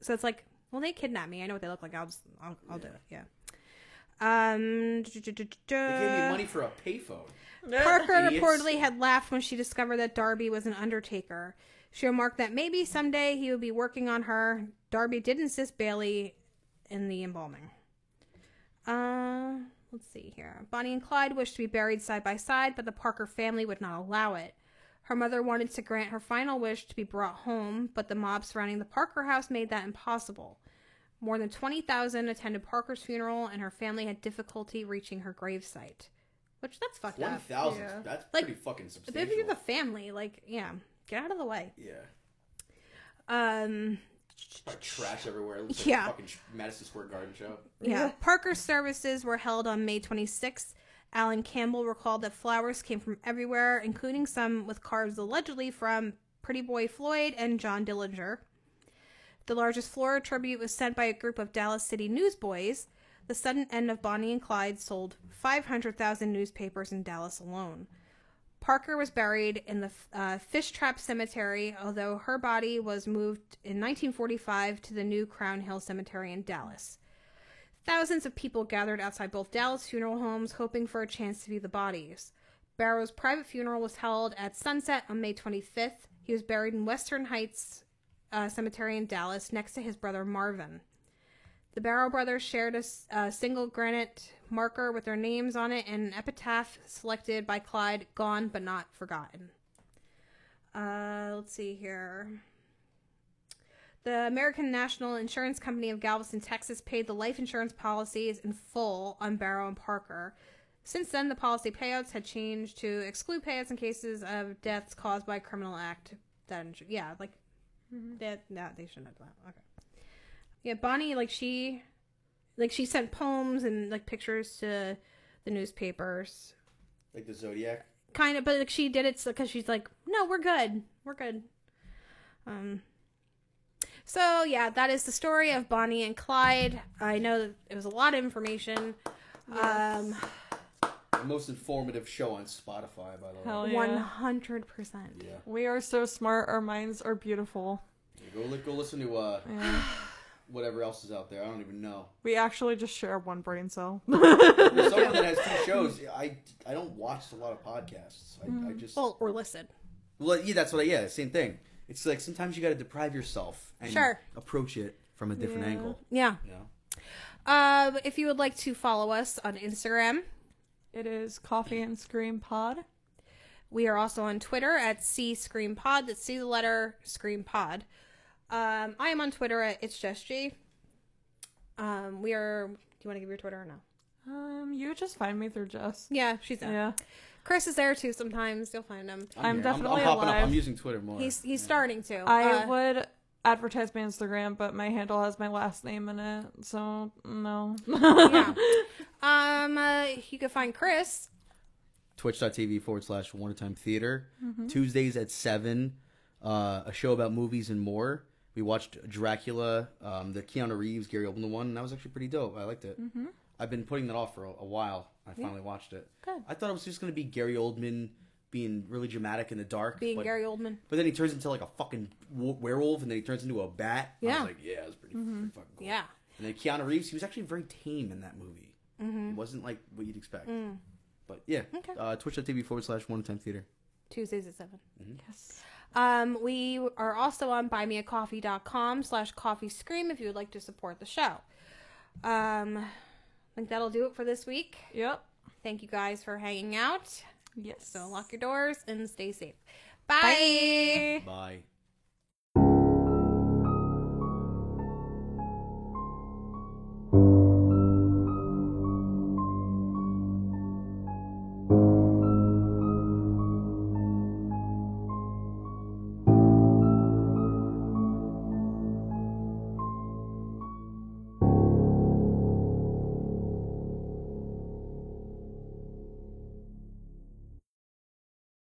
A: So it's like, well, they kidnapped me. I know what they look like. I'll just, I'll, I'll do it. Yeah. Um.
E: They gave
A: uh,
E: me money for a payphone.
A: Parker
E: Idiots.
A: reportedly had laughed when she discovered that Darby was an undertaker. She remarked that maybe someday he would be working on her. Darby did insist Bailey in the embalming. Uh, let's see here. Bonnie and Clyde wished to be buried side by side, but the Parker family would not allow it. Her mother wanted to grant her final wish to be brought home, but the mob surrounding the Parker house made that impossible. More than 20,000 attended Parker's funeral, and her family had difficulty reaching her gravesite. Which, that's fucked
E: One
A: up.
E: thousand.
B: Yeah.
E: That's
A: Like,
E: pretty fucking
A: But
E: substantial.
A: if you're the family, like, yeah, get out of the way.
E: Yeah.
A: Um,
E: Probably trash everywhere. It looks like
A: Yeah.
E: a fucking Madison Square Garden show.
A: yeah. Parker's services were held on May 26th. Alan Campbell recalled that flowers came from everywhere, including some with cards allegedly from Pretty Boy Floyd and John Dillinger. The largest floral tribute was sent by a group of Dallas City newsboys. The sudden end of Bonnie and Clyde sold 500,000 newspapers in Dallas alone. Parker was buried in the uh, Fish Trap Cemetery, although her body was moved in 1945 to the new Crown Hill Cemetery in Dallas. Thousands of people gathered outside both Dallas funeral homes, hoping for a chance to view the bodies. Barrow's private funeral was held at sunset on May 25th. He was buried in Western Heights uh, Cemetery in Dallas, next to his brother Marvin. The Barrow brothers shared a, s- a single granite marker with their names on it and an epitaph selected by Clyde, gone but not forgotten. Uh, let's see here. The American National Insurance Company of Galveston, Texas paid the life insurance policies in full on Barrow and Parker. Since then, the policy payouts had changed to exclude payouts in cases of deaths caused by criminal act. That insu- yeah, like that. No, they shouldn't have done that. Okay. Yeah, Bonnie, like she, like she sent poems and like pictures to the newspapers,
E: Like the Zodiac.
A: kind of, but like she did it because she's like, no, we're good, we're good. Um. So yeah, that is the story of Bonnie and Clyde. I know that it was a lot of information. Um,
E: The most informative show on Spotify, by the way.
B: Hell Oh, yeah.
A: one hundred percent.
E: Yeah.
B: We are so smart. Our minds are beautiful.
E: Yeah, Go, li- go listen to uh,
A: [sighs]
B: Yeah.
E: whatever else is out there. I don't even know.
B: We actually just share one brain cell.
E: Well, someone that has two shows, I, I don't watch a lot of podcasts. I,
B: Mm-hmm.
E: I just
A: Well, or listen.
E: well yeah, that's what I yeah, same thing. It's like sometimes you got to deprive yourself and
A: Sure.
E: approach it from a different
B: Yeah.
E: angle.
A: Yeah.
E: You know,
A: Um, if you would like to follow us on Instagram,
B: It is Coffee and Scream Pod.
A: We are also on Twitter at C Scream Pod. That's C the letter Scream Pod. Um, I am on Twitter at It's Just G. Um, we are. Do you want to give your Twitter or no?
B: Um, you just find me through Jess.
A: Yeah, she's there.
B: Yeah.
A: Chris is there too. Sometimes you'll find him.
B: I'm
E: here.
B: definitely
E: I'm, hopping
B: alive.
E: Up. I'm using Twitter more.
A: He's he's starting to.
B: I
A: Uh,
B: would advertise my Instagram, but my handle has my last name in it, so no.
A: yeah. Um, uh, you can find Chris
C: twitch.tv forward slash Time Theater.
A: Mm-hmm.
C: Tuesdays at 7, uh, a show about movies and more. We watched Dracula, um, the Keanu Reeves, Gary Oldman one, and that was actually pretty dope. I liked it.
A: Mm-hmm.
C: I've been putting that off for a, a while. I finally watched it.
B: Good.
C: I thought it was just going to be Gary Oldman being really dramatic in the dark.
A: Being
C: but,
A: Gary Oldman.
C: But then he turns into like a fucking w- werewolf, and then he turns into a bat. I
A: Yeah. Mm-hmm.
C: was like, yeah, it was pretty, pretty fucking cool.
A: Yeah.
C: And then Keanu Reeves, he was actually very tame in that movie. He wasn't like what you'd expect. But yeah,
A: Okay.
C: uh, twitch.tv forward slash one time theater.
A: Tuesdays at 7.
B: Yes.
A: Um, we are also on buymeacoffee.com slash coffee scream if you would like to support the show. Um, I think that'll do it for this week.
B: [laughs] Yep.
A: Thank you guys for hanging out.
B: Yes.
A: So lock your doors and stay safe. Bye.
C: Bye.